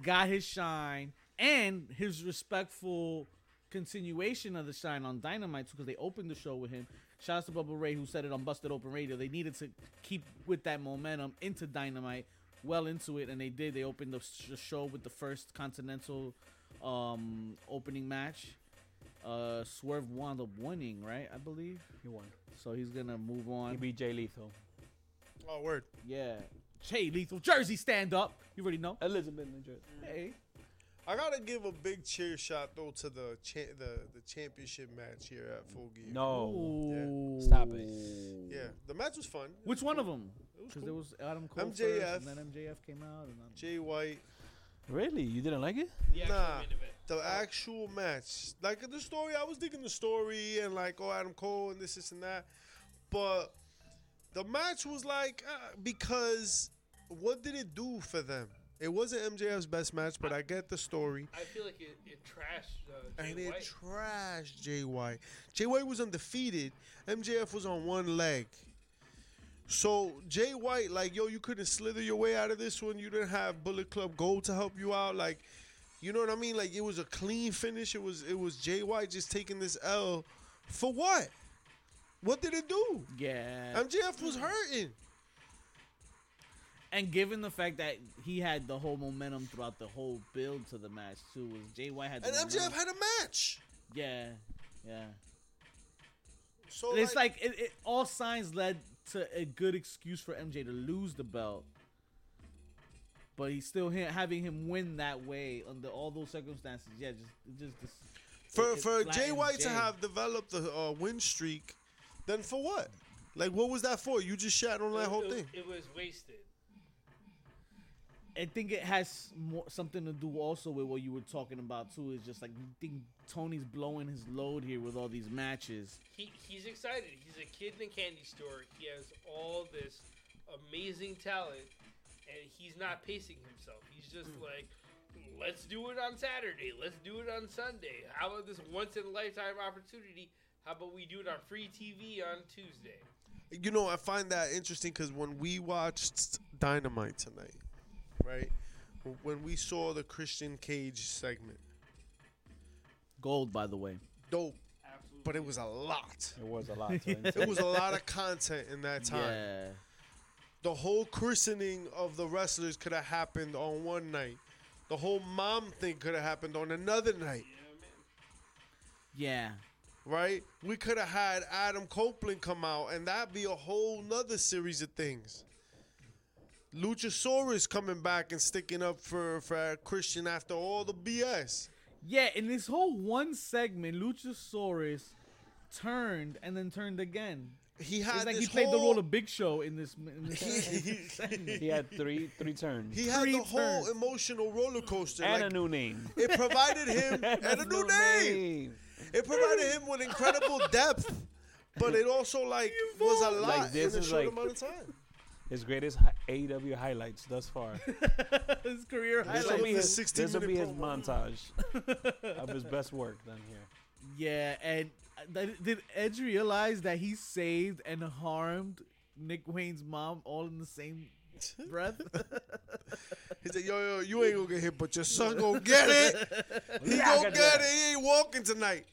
Speaker 1: got his shine and his respectful continuation of the shine on Dynamite because they opened the show with him. Shout out to Bubba Ray who said it on Busted Open Radio. They needed to keep with that momentum into Dynamite, well into it, and they did. They opened the sh- show with the first Continental um, opening match. Uh, Swerve wound up winning, right? I believe.
Speaker 3: He won.
Speaker 1: So he's gonna move on.
Speaker 3: He beat Jay Lethal.
Speaker 2: Oh, word.
Speaker 1: Yeah. Jay Lethal. Jersey stand up. You already know.
Speaker 3: Elizabeth Ninja.
Speaker 1: Hey.
Speaker 2: I gotta give a big cheer shot though to the cha- the the championship match here at Full Gear.
Speaker 3: No.
Speaker 1: Ooh.
Speaker 3: Stop it.
Speaker 2: Yeah, the match was fun.
Speaker 1: Which one of them?
Speaker 2: It was
Speaker 1: Because
Speaker 2: cool.
Speaker 1: there was Adam Cole
Speaker 2: MJF.
Speaker 1: first, and then MJF came out. And then...
Speaker 2: Jay White.
Speaker 3: Really? You didn't like it?
Speaker 4: the actual
Speaker 2: Nah.
Speaker 4: main event.
Speaker 2: The actual match, like the story, I was digging the story and like, oh, Adam Cole and this, this, and that, but the match was like uh, because what did it do for them? It wasn't MJF's best match, but I get the story.
Speaker 4: I feel like it, it trashed uh, Jay
Speaker 2: and it
Speaker 4: White.
Speaker 2: trashed Jay White. Jay White was undefeated. MJF was on one leg. So Jay White, like yo, you couldn't slither your way out of this one. You didn't have Bullet Club Gold to help you out. Like, you know what I mean? Like it was a clean finish. It was it was Jay White just taking this L for what? What did it do?
Speaker 1: Yeah.
Speaker 2: MJF was hurting.
Speaker 1: And given the fact that he had the whole momentum throughout the whole build to the match, too, was Jay White had the
Speaker 2: And MJF
Speaker 1: momentum.
Speaker 2: had a match.
Speaker 1: Yeah. Yeah.
Speaker 2: So
Speaker 1: it's like it, it, all signs led to a good excuse for MJ to lose the belt, but he's still ha- having him win that way under all those circumstances. Yeah, just it just, just
Speaker 2: for
Speaker 1: it- it
Speaker 2: for Jay
Speaker 1: flattened
Speaker 2: White to
Speaker 1: Jay.
Speaker 2: have developed the uh, win streak, then for what? Like, what was that for? You just shat on that
Speaker 4: It-
Speaker 2: whole
Speaker 4: it-
Speaker 2: thing.
Speaker 4: It was wasted.
Speaker 1: I think it has more something to do also with what you were talking about too. Is just like you think Tony's blowing his load here with all these matches.
Speaker 4: he, he's excited. He's a kid in a candy store. He has all this amazing talent, and he's not pacing himself. He's just
Speaker 2: Hmm.
Speaker 4: like, let's do it on Saturday. Let's do it on Sunday. How about this once in a lifetime opportunity? How about we do it on free TV on Tuesday?
Speaker 2: You know, I find that interesting because when we watched Dynamite tonight, right? when we saw the Christian Cage segment.
Speaker 1: Gold, by the way.
Speaker 2: Dope,
Speaker 4: Absolutely.
Speaker 2: but it was a lot.
Speaker 3: It was a lot. To
Speaker 2: It
Speaker 3: intake.
Speaker 2: was a lot of content in that time.
Speaker 1: Yeah.
Speaker 2: The whole christening of the wrestlers could have happened on one night. The whole mom thing could have happened on another night,
Speaker 1: Yeah.
Speaker 2: right? We could have had Adam Copeland come out, and that'd be a whole nother series of things. Luchasaurus coming back and sticking up for, for Christian after all the BS.
Speaker 1: Yeah, in this whole one segment, Luchasaurus turned and then turned again.
Speaker 2: He
Speaker 1: It's
Speaker 2: had
Speaker 1: like
Speaker 2: this
Speaker 1: he played
Speaker 2: whole,
Speaker 1: the role of Big Show in this, in this segment.
Speaker 3: he had three three turns
Speaker 2: he had the
Speaker 1: Three
Speaker 2: whole
Speaker 1: turns.
Speaker 2: emotional roller coaster.
Speaker 3: and
Speaker 2: like,
Speaker 3: a new name.
Speaker 2: it provided him and a new name. It provided him with incredible depth, but it also like was a lot
Speaker 3: Like, this
Speaker 2: in a
Speaker 3: is
Speaker 2: short
Speaker 3: like-
Speaker 2: amount of time.
Speaker 3: His greatest hi- AEW highlights thus far.
Speaker 1: his career
Speaker 2: This
Speaker 3: This will
Speaker 2: like
Speaker 1: highlight.
Speaker 3: be
Speaker 2: the
Speaker 3: his,
Speaker 2: 16
Speaker 3: this'll be
Speaker 2: minute
Speaker 3: his
Speaker 2: promo.
Speaker 3: montage of his best work done here.
Speaker 1: Yeah, and th- did Edge realize that he saved and harmed Nick Wayne's mom all in the same breath?
Speaker 2: He said, "Yo, yo, you ain't gonna get hit, but your son gonna get it. He gonna get it. He ain't walking tonight."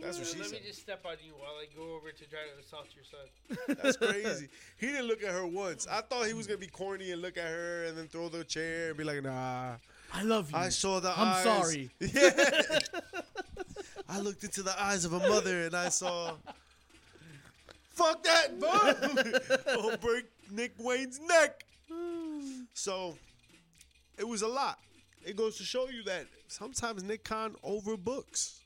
Speaker 2: That's what
Speaker 4: Uh, Let-
Speaker 2: she
Speaker 4: Let me
Speaker 2: said.
Speaker 4: just step on you while I go over to try to assault your son.
Speaker 2: That's crazy. He didn't look at her once. I thought he was gonna be corny and look at her and then throw the chair and be like, "Nah."
Speaker 1: I love you.
Speaker 2: I saw the
Speaker 1: I'm
Speaker 2: eyes.
Speaker 1: sorry.
Speaker 2: Yeah. I looked into the eyes of a mother and I saw. Fuck that, bro! Don't break Nick Wayne's neck. So, it was a lot. It goes to show you that sometimes Nick Khan overbooks.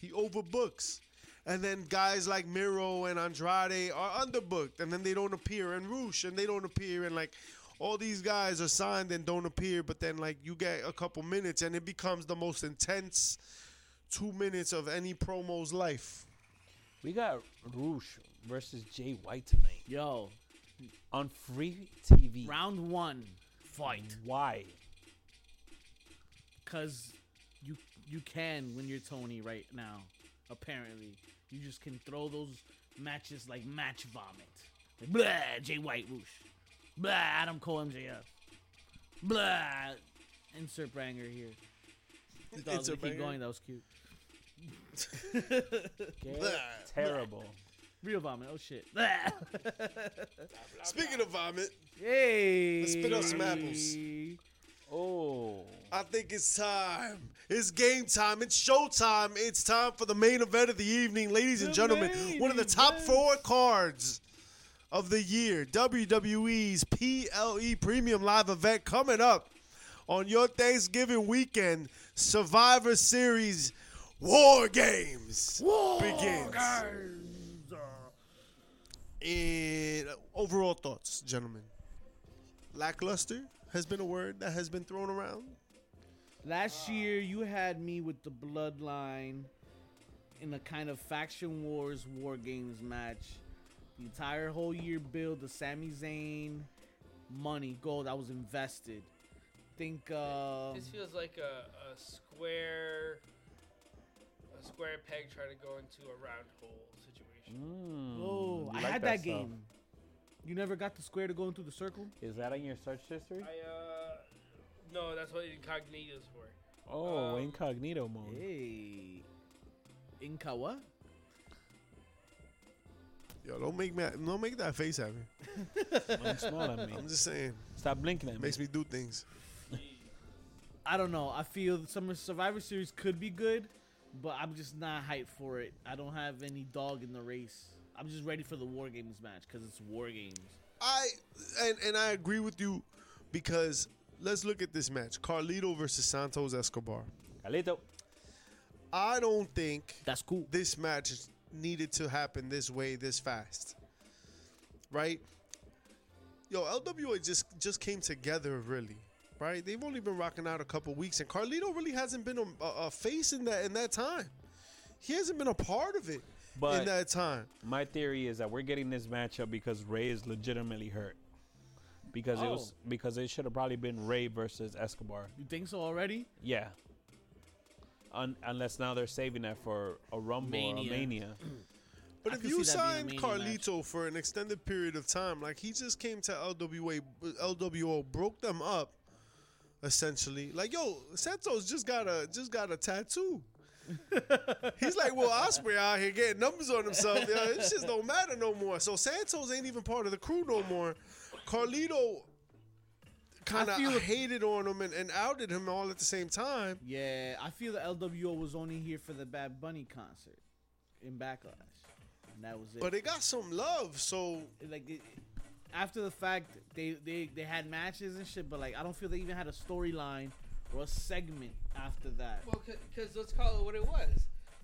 Speaker 2: He overbooks. And then guys like Miro and Andrade are underbooked, and then they don't appear, and Roosh, and they don't appear, and like all these guys are signed and don't appear, but then like you get a couple minutes, and it becomes the most intense two minutes of any promo's life.
Speaker 3: We got Roosh versus Jay White tonight
Speaker 1: Yo,
Speaker 3: on free TV.
Speaker 1: round one fight.
Speaker 3: Why?
Speaker 1: Cause you you can when you're Tony right now. Apparently, you just can throw those matches like match vomit. Like, blah, Jay White whoosh. Blah, Adam Cole MJF. Blah, insert banger here. Thought I was
Speaker 2: Insert
Speaker 1: gonna keep
Speaker 2: banger.
Speaker 1: going. That was cute.
Speaker 3: Get
Speaker 2: Blah.
Speaker 3: terrible.
Speaker 1: Real vomit. Oh shit. Blah.
Speaker 2: Speaking of vomit,
Speaker 1: hey.
Speaker 2: spit out some apples.
Speaker 3: Oh,
Speaker 2: I think it's time. It's game time. It's show time. It's time for the main event of the evening, ladies and
Speaker 1: The
Speaker 2: gentlemen.
Speaker 1: main
Speaker 2: One of the top
Speaker 1: event.
Speaker 2: four cards of the year. WWE's PLE E Premium Live event coming up on your Thanksgiving weekend. Survivor Series War Games begins. And overall thoughts, gentlemen. Lackluster has been a word that has been thrown around.
Speaker 1: Last year, you had me with the bloodline in a kind of faction wars, war games match. The entire whole year build, the Sami Zayn money, gold, I was invested. Think,
Speaker 2: Um,
Speaker 1: uh,
Speaker 4: This feels like a, a square, a square peg trying to go into a round hole situation.
Speaker 3: Mm,
Speaker 1: oh,
Speaker 3: you
Speaker 1: I
Speaker 3: like
Speaker 1: had that,
Speaker 3: stuff.
Speaker 1: game. You never got the square to go into the circle?
Speaker 3: Is that on your search history?
Speaker 4: I uh, no, that's what incognito's for.
Speaker 3: Oh,
Speaker 4: um,
Speaker 3: incognito mode.
Speaker 1: Hey. Inca what?
Speaker 2: Yo, don't make me don't make that face at me.
Speaker 3: Don't smile at me.
Speaker 2: I'm just saying,
Speaker 3: Stop blinking at
Speaker 2: it
Speaker 3: me.
Speaker 2: makes me do things.
Speaker 1: I don't know. I feel the Summer Survivor Series could be good, but I'm just not hyped for it. I don't have any dog in the race. I'm just ready for the War Games match because it's War Games.
Speaker 2: I and and I agree with you because let's look at this match: Carlito versus Santos Escobar.
Speaker 3: Calito.
Speaker 2: I don't think
Speaker 1: That's cool.
Speaker 2: this match needed to happen this way, this fast. Right? Yo, LWA just just came together really. Right? They've only been rocking out a couple weeks, and Carlito really hasn't been a, a, a face in that in that time. He hasn't been a part of it in
Speaker 3: But-
Speaker 2: that time.
Speaker 3: My theory is that we're getting this matchup because Ray is legitimately hurt. Because it was
Speaker 1: Oh.
Speaker 3: because it should have probably been Ray versus Escobar.
Speaker 1: You think so already?
Speaker 3: Yeah. Un- unless now they're saving that for a rumble or
Speaker 1: Mania.
Speaker 3: a mania.
Speaker 2: But
Speaker 1: I
Speaker 2: if
Speaker 1: could
Speaker 2: you
Speaker 1: see that
Speaker 2: signed
Speaker 1: being a Mania match.
Speaker 2: Carlito for an extended period of time, like he just came to LWA, LWO, broke them up, essentially. Like, yo, Santos just got a just got a tattoo. He's like Will Osprey out here getting numbers on himself. Yo, this just don't matter no more. So Santos ain't even part of the crew no more. Carlito kind
Speaker 1: I feel-
Speaker 2: of hated on him and, and outed him all at the same time.
Speaker 1: Yeah, I feel the LWO was only here for the Bad Bunny concert in Backlash, and that was it.
Speaker 2: But it got some love, so
Speaker 1: like it, after the fact, they, they they had matches and shit, but like I don't feel they even had a storyline or a segment after that.
Speaker 4: Well, because let's call it what it was.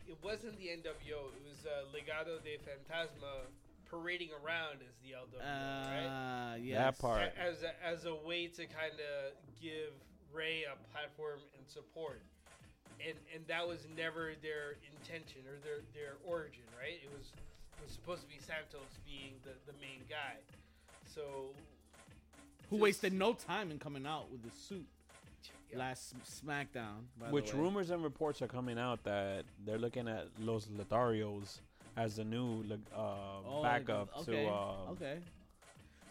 Speaker 4: It wasn't the NWO. It was uh, Legado de Fantasma parading around as the LWO, right?
Speaker 1: Uh, yes.
Speaker 3: That part.
Speaker 4: A- As a, as a way to kind of give Ray a platform and support, and and that was never their intention or their their origin, right? It was it was supposed to be Santos being the the main guy, so
Speaker 1: Who
Speaker 4: just-
Speaker 1: wasted no time in coming out with the suit
Speaker 4: yeah.
Speaker 1: last S- SmackDown? by the
Speaker 3: Which
Speaker 1: way.
Speaker 3: rumors and reports are coming out that they're looking at Los Lotharios as the new like, uh,
Speaker 1: Oh, like,
Speaker 3: backup
Speaker 1: okay,
Speaker 3: to uh,
Speaker 1: okay.
Speaker 3: to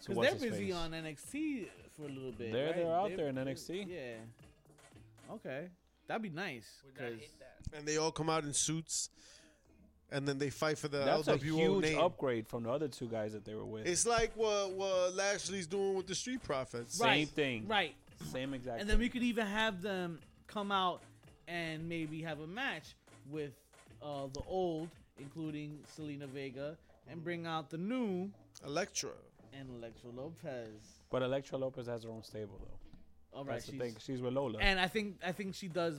Speaker 1: Because
Speaker 3: what's
Speaker 1: they're
Speaker 3: his
Speaker 1: busy
Speaker 3: face.
Speaker 1: on NXT for a little bit.
Speaker 3: They're-
Speaker 1: right?
Speaker 3: they're out
Speaker 1: They-
Speaker 3: there in
Speaker 1: they-
Speaker 3: NXT.
Speaker 1: Yeah. Okay, that'd be nice.
Speaker 4: would not
Speaker 1: 'cause-
Speaker 4: hate that.
Speaker 2: and they all come out in suits and then they fight
Speaker 1: uh,
Speaker 2: for the
Speaker 3: That's
Speaker 2: LWO
Speaker 3: a huge
Speaker 2: name.
Speaker 3: upgrade from the other two guys that they were with.
Speaker 2: It's like what what Lashley's doing with the Street Profits.
Speaker 3: Same
Speaker 1: Right,
Speaker 3: thing.
Speaker 1: Right,
Speaker 3: Same exact.
Speaker 1: and then we
Speaker 3: thing.
Speaker 1: could even have them come out and maybe have a match with uh, the old, including Selena Vega, and bring out the new
Speaker 2: Electra.
Speaker 1: and Electra Lopez.
Speaker 3: But Electra Lopez has her own stable though.
Speaker 1: All right,
Speaker 3: That's the
Speaker 1: she's-
Speaker 3: thing. She's with Lola.
Speaker 1: and I think I think she does.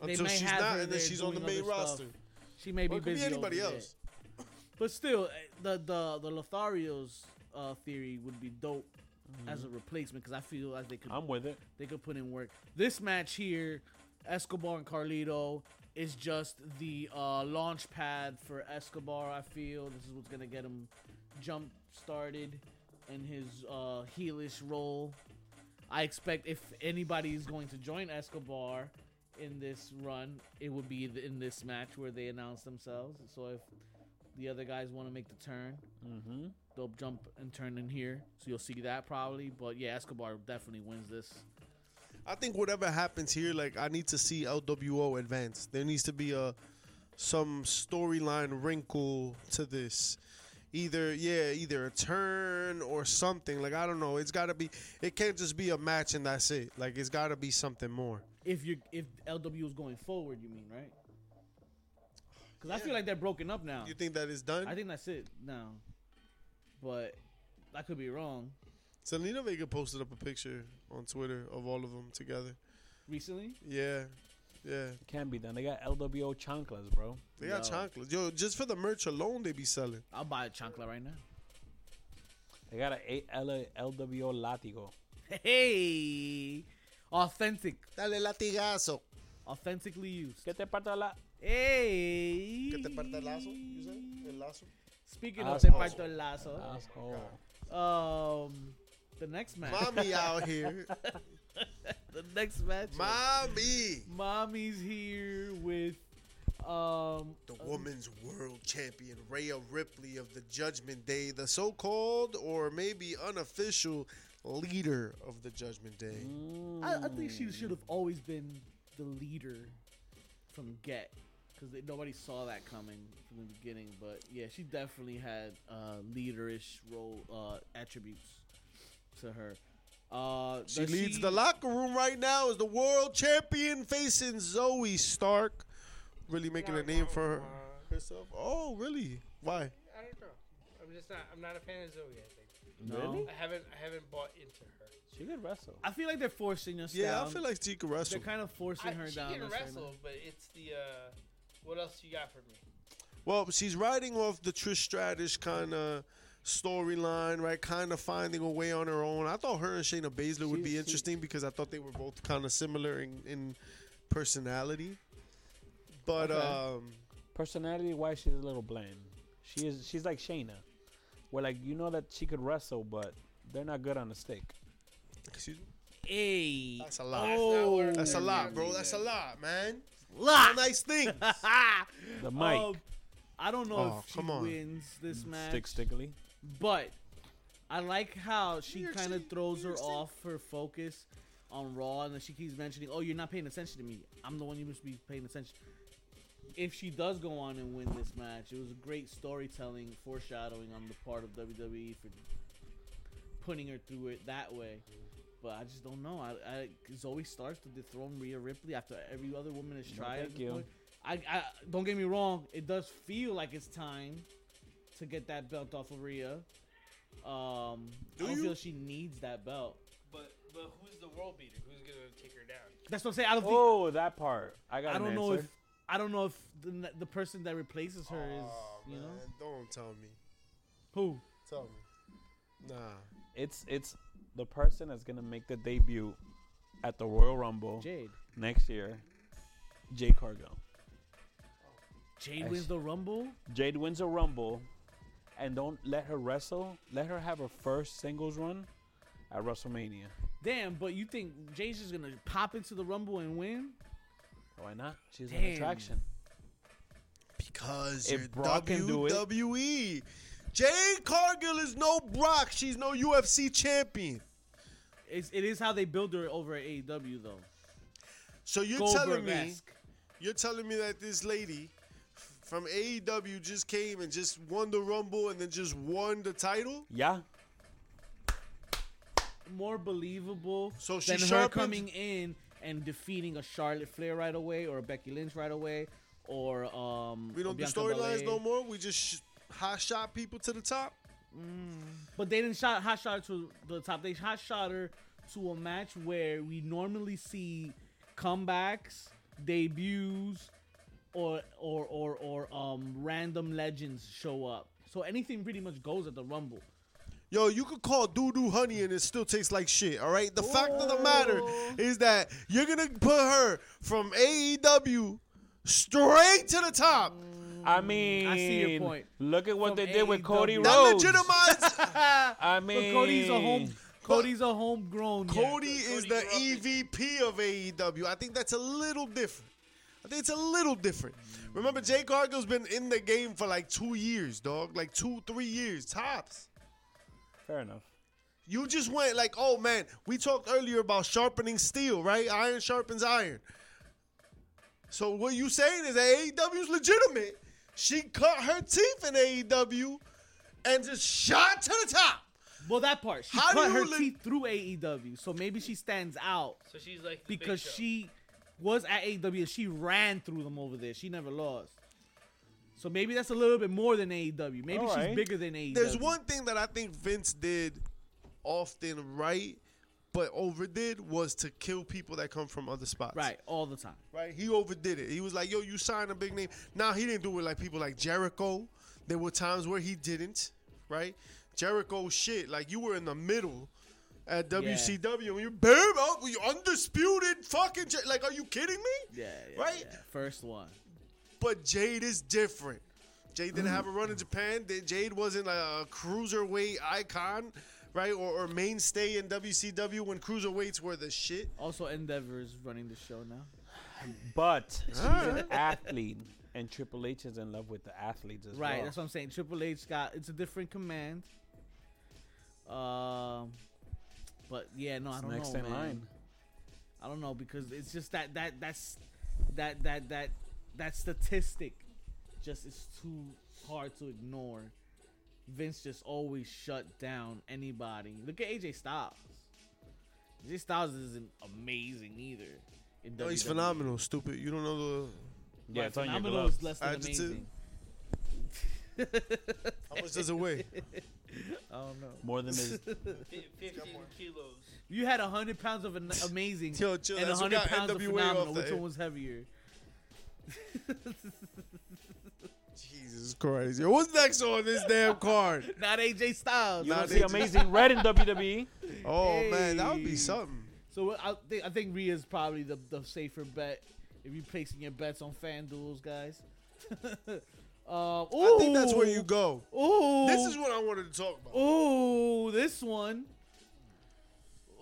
Speaker 1: They
Speaker 2: Until
Speaker 1: may
Speaker 2: she's
Speaker 1: have her
Speaker 2: not, and then
Speaker 1: there
Speaker 2: she's on the
Speaker 1: doing
Speaker 2: main
Speaker 1: other stuff.
Speaker 2: roster.
Speaker 1: She may be
Speaker 2: Or it could
Speaker 1: busy.
Speaker 2: be anybody
Speaker 1: over there.
Speaker 2: else.
Speaker 1: But still, eh, the the the Lotharios uh, theory would be dope as a replacement because I feel like they could
Speaker 3: I'm with it.
Speaker 1: they could put in work. This match here, Escobar and Carlito, is just the uh, launch pad for Escobar. I feel this is what's gonna get him jump started in his uh, heelish role. I expect if anybody is going to join Escobar in this run, it would be th- in this match where they announce themselves. So if the other guys want to make the turn,
Speaker 3: Mm-hmm.
Speaker 1: they'll jump and turn in here. So you'll see that probably. But yeah, Escobar definitely wins this.
Speaker 2: I think whatever happens here, like I need to see LWO advance. There needs to be a some storyline wrinkle to this. Either yeah, either a turn or something. Like I don't know. It's gotta be. It can't just be a match and that's it. Like it's gotta be something more.
Speaker 1: If you if LW is going forward, you mean right? Because I feel like they're broken up now.
Speaker 2: You think that is done?
Speaker 1: I think that's it now, but I could be wrong.
Speaker 2: Selena Vega posted up a picture on Twitter of all of them together.
Speaker 1: Recently,
Speaker 2: Yeah, yeah.
Speaker 3: Can be done. They got LWO chanclas, bro.
Speaker 2: They got
Speaker 1: No.
Speaker 2: chocolates. Yo, just for the merch alone, they be selling.
Speaker 1: I'll buy a chancla right now.
Speaker 3: They got a L- LWO latigo.
Speaker 1: Hey, authentic,
Speaker 2: Dale latigazo.
Speaker 1: authentically used.
Speaker 3: Que te parta la.
Speaker 1: Hey,
Speaker 2: Que te parte el lazo, you said? El lazo?
Speaker 1: Speaking
Speaker 3: Ah,
Speaker 1: of te
Speaker 3: so-
Speaker 1: parto el lazo,
Speaker 3: Asshole.
Speaker 1: um, the next match,
Speaker 2: Mommy out here.
Speaker 1: the next match,
Speaker 2: Mommy.
Speaker 1: mommy's here with um
Speaker 2: The woman's world champion, Rhea Ripley of the Judgment Day, the so called or maybe unofficial leader of the Judgment Day.
Speaker 1: I, I think she should have always been the leader from get because nobody saw that coming from the beginning. But yeah, she definitely had uh, leaderish role uh, attributes to her. Uh,
Speaker 2: She
Speaker 1: does
Speaker 2: leads
Speaker 1: she-
Speaker 2: the locker room right now as the world champion facing Zoe Stark. Really making a name for her- herself. Oh, really? Why?
Speaker 4: I don't know. I'm just not. I'm not a fan of Zoe. I think
Speaker 1: No.
Speaker 3: Really?
Speaker 4: I haven't. I haven't bought into her.
Speaker 3: Mm. She could wrestle.
Speaker 1: I feel like they're forcing us.
Speaker 2: Yeah,
Speaker 1: down.
Speaker 2: I feel like she could
Speaker 1: they're
Speaker 2: wrestle.
Speaker 1: kind of forcing
Speaker 4: I,
Speaker 1: her
Speaker 4: she
Speaker 1: down.
Speaker 4: can
Speaker 1: us right
Speaker 4: wrestle,
Speaker 1: now.
Speaker 4: but it's the uh, what else you got for me?
Speaker 2: Well, she's riding off the Trish Stratus kind of storyline, right? Kind of finding a way on her own. I thought her and Shayna Baszler would
Speaker 3: She-
Speaker 2: be
Speaker 3: she-
Speaker 2: interesting because I thought they were both kind of similar in, in personality. But
Speaker 3: Okay.
Speaker 2: um,
Speaker 3: Personality wise, she's a little bland. She is. She's like Shayna. Where like you know that she could wrestle, but they're not good on the stick.
Speaker 2: excuse me,
Speaker 1: Hey,
Speaker 2: that's a lot.
Speaker 1: Oh.
Speaker 4: not what I'm
Speaker 2: That's a
Speaker 4: saying.
Speaker 2: lot, bro. That's a lot, man.
Speaker 1: lot.
Speaker 2: Nice thing.
Speaker 3: The mic
Speaker 1: Um, I don't know
Speaker 2: Oh,
Speaker 1: if she
Speaker 2: come on. Mm,
Speaker 1: wins this match.
Speaker 3: stick stickily.
Speaker 1: But I like how she
Speaker 2: New York
Speaker 1: kind of
Speaker 2: City,
Speaker 1: throws
Speaker 2: New
Speaker 1: her
Speaker 2: York City.
Speaker 1: off her focus on Raw, and then she keeps mentioning, "Oh, you're not paying attention to me. I'm the one you must be paying attention." If she does go on and win this match, it was great storytelling, foreshadowing on the part of WWE for putting her through it that way. But I just don't know. I, I Zoe starts to dethrone Rhea Ripley after every other woman has
Speaker 3: No,
Speaker 1: tried. at
Speaker 3: thank
Speaker 1: this
Speaker 3: you.
Speaker 1: point. I, I don't get me wrong. It does feel like it's time to get that belt off of Rhea. Um,
Speaker 2: Do
Speaker 1: I don't
Speaker 2: you?
Speaker 1: feel she needs that belt.
Speaker 4: But but who's the world beater? Who's gonna take her down?
Speaker 1: That's what I'm saying. I don't. think-
Speaker 3: Oh, that part. I got.
Speaker 1: I
Speaker 3: an
Speaker 1: don't know
Speaker 3: answer.
Speaker 1: if. I don't know if the, ne- the person that replaces her is
Speaker 2: Aw,
Speaker 1: you know
Speaker 2: man, Don't tell me.
Speaker 1: who.
Speaker 2: Tell me. Nah.
Speaker 3: it's it's the person that's gonna make the debut at the Royal Rumble
Speaker 1: Jade.
Speaker 3: next year. Jade Cargo.
Speaker 1: Jade
Speaker 3: I
Speaker 1: wins
Speaker 3: see.
Speaker 1: the Rumble.
Speaker 3: Jade wins a Rumble, and don't let her wrestle. Let her have her first singles run at WrestleMania.
Speaker 1: Damn, but you think Jade's just gonna pop into the Rumble and win?
Speaker 3: Why not? She's an
Speaker 1: Damn.
Speaker 3: attraction.
Speaker 2: Because
Speaker 3: If
Speaker 2: you're
Speaker 3: Brock can do it-
Speaker 2: WWE. Jade Cargill is no Brock. She's no UFC champion.
Speaker 1: It's, it is how they build her over at AEW though.
Speaker 2: So you're telling me
Speaker 1: Goldberg-esque.
Speaker 2: you're telling me that this lady f- from AEW just came and just won the Rumble and then just won the title?
Speaker 3: Yeah.
Speaker 1: more believable
Speaker 2: So she
Speaker 1: than her
Speaker 2: sharpened-
Speaker 1: coming in and defeating a Charlotte Flair right away or a Becky Lynch right away or um
Speaker 2: We don't do
Speaker 1: Bianca
Speaker 2: storylines
Speaker 1: Belair.
Speaker 2: no more. We just sh- hot shot people to the top.
Speaker 1: But they didn't shot hot shot her to the top. They hot shot her to a match where we normally see comebacks, debuts, or or or or um random legends show up. So anything pretty much goes at the Rumble.
Speaker 2: Yo, you could call doo doo honey and it still tastes like shit. All right. The fact of the matter is that you're gonna put her from AEW straight to the top.
Speaker 3: I mean,
Speaker 1: Mm, see your point.
Speaker 3: Look at
Speaker 1: From
Speaker 3: what they did with Cody
Speaker 1: AEW.
Speaker 2: That
Speaker 3: Rhodes.
Speaker 2: legitimized.
Speaker 3: I mean,
Speaker 1: But Cody's a home Cody's a homegrown. yeah.
Speaker 2: Cody is the EVP of AEW. I think that's a little different. I think it's a little different. Remember, Jay Cargill's been in the game for like two years, dog. Like two, three years tops.
Speaker 3: Fair enough.
Speaker 2: You just went like, oh man, we talked earlier about sharpening steel, right? Iron sharpens iron. So what you saying is that AEW's legitimate. She cut her teeth in AEW and just shot to the top.
Speaker 1: Well, that part. She
Speaker 2: How do
Speaker 1: cut
Speaker 2: you
Speaker 1: her
Speaker 2: li-
Speaker 1: teeth through AEW, so maybe she stands out
Speaker 4: So she's like the Big
Speaker 1: because
Speaker 4: Show.
Speaker 1: she was at AEW. and She ran through them over there. She never lost. So maybe that's a little bit more than AEW. Maybe she's
Speaker 3: Alright.
Speaker 1: bigger than E AEW.
Speaker 2: There's one thing that I think Vince did often right, but overdid was to kill people that come from other spots.
Speaker 1: right all the time.
Speaker 2: Right. He overdid it. He was like, yo, you signed a big name. Now he didn't do it like people like Jericho. There were times where he didn't, right? Jericho shit. Like you were in the middle at WCW and you're boom up, you undisputed fucking Jer- like are you kidding me?
Speaker 1: Yeah, yeah,
Speaker 2: Right?
Speaker 1: yeah. First one.
Speaker 2: But Jade is different. Jade didn't have a run in Japan. Th- Jade wasn't like a cruiserweight icon, right? Or, or mainstay in WCW when cruiserweights were the shit.
Speaker 1: Also, Endeavor is running the show now.
Speaker 3: But she's an athlete, and Triple H is in love with the athletes as
Speaker 1: Right.
Speaker 3: well.
Speaker 1: That's what I'm saying. Triple H got it's a different command. Um, but yeah, no, I
Speaker 3: It's
Speaker 1: don't
Speaker 3: next
Speaker 1: know.
Speaker 3: in
Speaker 1: man.
Speaker 3: line.
Speaker 1: I don't know because it's just that that that's that that that that statistic just is too hard to ignore. Vince just always shut down anybody. Look at AJ Styles. AJ Styles isn't amazing either. in
Speaker 2: No, he's
Speaker 1: WWE.
Speaker 2: phenomenal, stupid. You don't know the
Speaker 3: Yeah,
Speaker 1: But
Speaker 3: it's on your
Speaker 1: phenomenal
Speaker 3: gloves.
Speaker 1: is less than
Speaker 2: Adjective.
Speaker 1: amazing.
Speaker 2: how much does it weigh?
Speaker 1: I don't know.
Speaker 3: More than his
Speaker 4: Fi- 15 kilos.
Speaker 1: You had hundred pounds of an amazing
Speaker 2: Yo, chill,
Speaker 1: and
Speaker 2: that's what
Speaker 1: hundred
Speaker 2: got
Speaker 1: pounds of
Speaker 2: NWA
Speaker 1: phenomenal.
Speaker 2: off the
Speaker 1: Which
Speaker 2: air.
Speaker 1: one was heavier?
Speaker 2: Jesus Christ. Yo, what's next on this damn card?
Speaker 1: Not AJ Styles.
Speaker 3: You
Speaker 2: Nah,
Speaker 3: don't
Speaker 2: they
Speaker 3: see
Speaker 2: just-
Speaker 3: amazing red in E? WWE.
Speaker 2: Oh man, that would
Speaker 1: Hey.
Speaker 2: be something.
Speaker 1: So I think I think Rhea's probably the, the safer bet if you're placing your bets on FanDuels, guys. um,
Speaker 2: I think that's where
Speaker 1: ooh,
Speaker 2: you go.
Speaker 1: Ooh,
Speaker 2: This is what I wanted to talk about.
Speaker 1: ooh, this one.